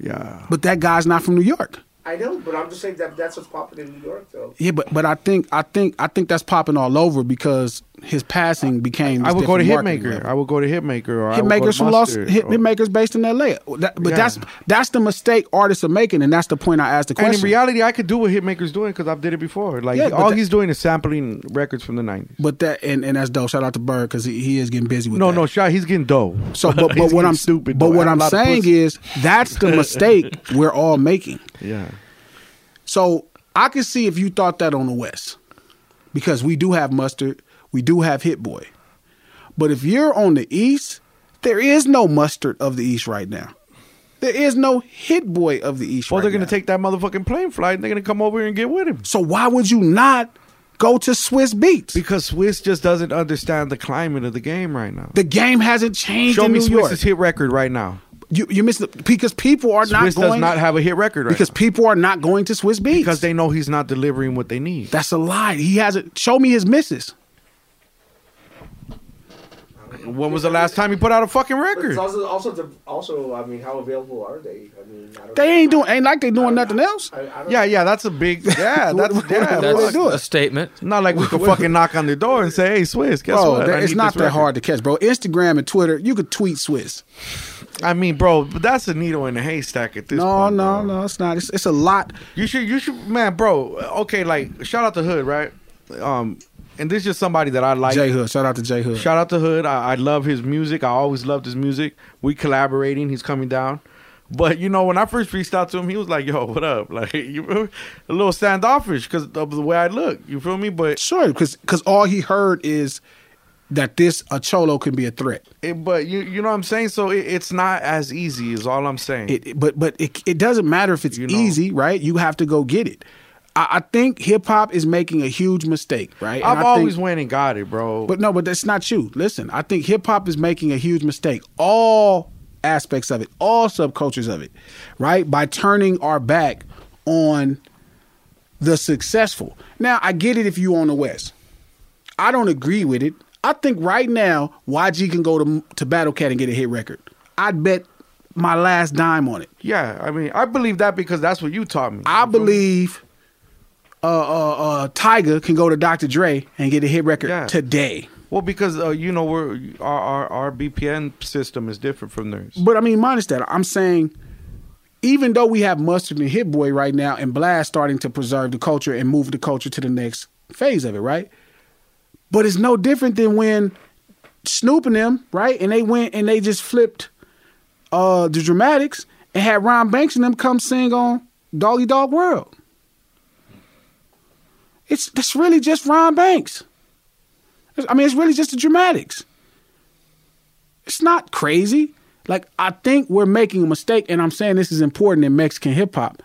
C: Yeah,
B: but that guy's not from New York.
E: I know, but I'm just saying that that's what's popular in New York, though.
B: Yeah, but but I think I think I think that's popping all over because his passing became.
C: I
B: this
C: would go to
B: different marketing
C: Hitmaker.
B: level.
C: I would go to Hitmaker. Or I would go to
B: Hitmakers from Los
C: Mustard,
B: hit,
C: or-
B: Hitmakers based in L.A. That- but
C: Yeah.
B: that's that's the mistake artists are making, and that's the point I asked the question.
C: And in reality, I could do what Hitmaker's doing because I've did it before. Like
B: Yeah, but
C: all
B: that-
C: he's doing is sampling records from the nineties.
B: but that and, and that's dope. Shout out to Bird because he, he is getting busy with
C: No,
B: that.
C: no, shot. He's getting dough.
B: So, but, but what I'm
C: stupid.
B: But
C: though.
B: what
C: A
B: I'm
C: lot of
B: saying
C: pussy.
B: is that's the mistake we're all making.
C: yeah.
B: So I could see if you thought that on the West, because we do have mustard, we do have Hit Boy, but if you're on the East, there is no mustard of the East right now. There is no Hit Boy of the East.
C: Well,
B: right
C: they're gonna
B: now.
C: take that motherfucking plane flight and they're gonna come over here and get with him.
B: So why would you not go to Swiss Beats?
C: Because Swiss just doesn't understand the climate of the game right now.
B: The game hasn't changed
C: Show
B: in
C: me
B: New York.
C: Swiss's hit record right now.
B: You you missed the, because people are not
C: Swiss
B: going
C: does not have a hit record right
B: because
C: now.
B: people are not going to Swiss Beats
C: because they know he's not delivering what they need.
B: That's a lie. He hasn't. Show me his misses.
C: When was the last time he put out a fucking
E: But it's
C: record?
E: also, also, the, also, I mean, how available are they? I mean, I don't
B: They
E: know.
B: ain't doing. Ain't like they doing nothing else.
E: I, I don't
C: Yeah, yeah, that's a big yeah. That's
B: What-
C: yeah.
B: what are they
C: fuck.
B: doing?
J: a statement.
C: It's not like we could fucking knock on their door and say, "Hey, Swiss, guess
B: Bro,
C: what?
B: that-
C: I
B: it's
C: need
B: not
C: this
B: that
C: record."
B: hard to catch, bro. Instagram and Twitter, you could tweet Swiss.
C: I mean, bro, but that's a needle in a haystack at this
B: No,
C: point.
B: no,
C: bro.
B: no, it's not. It's, it's a lot.
C: You should, you should, man, bro. Okay, like shout out to Hood, right? Um, and this is just somebody that I like.
B: J Hood, shout out to J Hood.
C: Shout out to Hood. I, I love his music. I always loved his music. We collaborating. He's coming down. But you know, when I first reached out to him, he was like, "Yo, what up?" Like, you feel me? a little standoffish because of the way I look. You feel me? But
B: Sure, because all he heard is that this a cholo can be a threat.
C: it, but you you know what I'm saying. So it, it's not as easy. Is all I'm saying.
B: It, it- but but it, it doesn't matter if it's
C: You know.
B: easy, right? You have to go get it. I, I think hip hop is making a huge mistake, right? And
C: I've
B: I think-
C: always went and got it, bro.
B: But no, but that's not you. Listen, I think hip hop is making a huge mistake. All aspects of it, all subcultures of it, right? By turning our back on the successful. Now, I get it if you on the West. I don't agree with it. I think right now YG can go to to Battle Cat and get a hit record. I'd bet my last dime on it.
C: yeah, I mean, I believe that because that's what you taught me.
B: I
C: You feel me?
B: believe uh, uh, uh, Tiger can go to Dr. Dre and get a hit record
C: Yeah.
B: today.
C: Well, because uh, you know we're our, our our BPN system is different from theirs.
B: But I mean, minus that, I'm saying, even though we have Mustard and Hit Boy right now, and Blast starting to preserve the culture and move the culture to the next phase of it, right? But it's no different than when Snoop and them, right? And they went and they just flipped uh the Dramatics and had Ron Banks and them come sing on Doggy Dog World. It's that's really just Ron Banks. I mean, it's really just the Dramatics it's not crazy. Like I think we're making a mistake, and I'm saying this is important in Mexican hip hop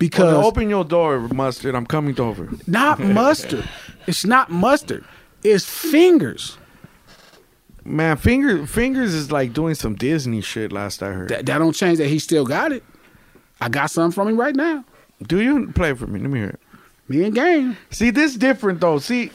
B: because
C: Well, open your door, mustard. I'm coming over.
B: not mustard. it's not mustard. It's fingers.
C: Man, finger fingers is like doing some Disney shit. Last I heard.
B: That, that don't change that he still got it. I got something from him right now.
C: Do you play it for me? Let me hear it.
B: Me and Game.
C: See, this different though. See,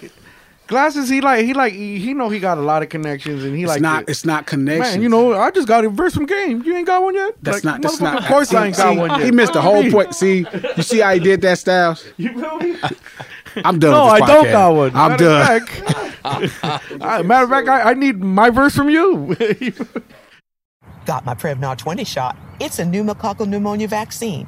C: glasses. He like he like he, he know he got a lot of connections and he
B: It's
C: like
B: not.
C: it.
B: It's not connection.
C: Man, you know, I just got a verse from game. You ain't got one yet.
B: That's not.
C: Like,
B: That's
C: motherfucker,
B: not.
C: Of course, I ain't got
B: see,
C: one yet.
B: He missed the
C: What do
B: whole
C: you
B: point. See, you see how he did that, Styles.
C: mean? You feel me?
B: I'm done.
C: No,
B: with
C: I
B: this
C: don't
B: podcast.
C: got one.
B: I'm
C: Matter
B: done.
C: of fact- Uh, matter of fact, I, I need my verse from you.
K: Got my Prevnar 20 shot. It's a pneumococcal pneumonia vaccine.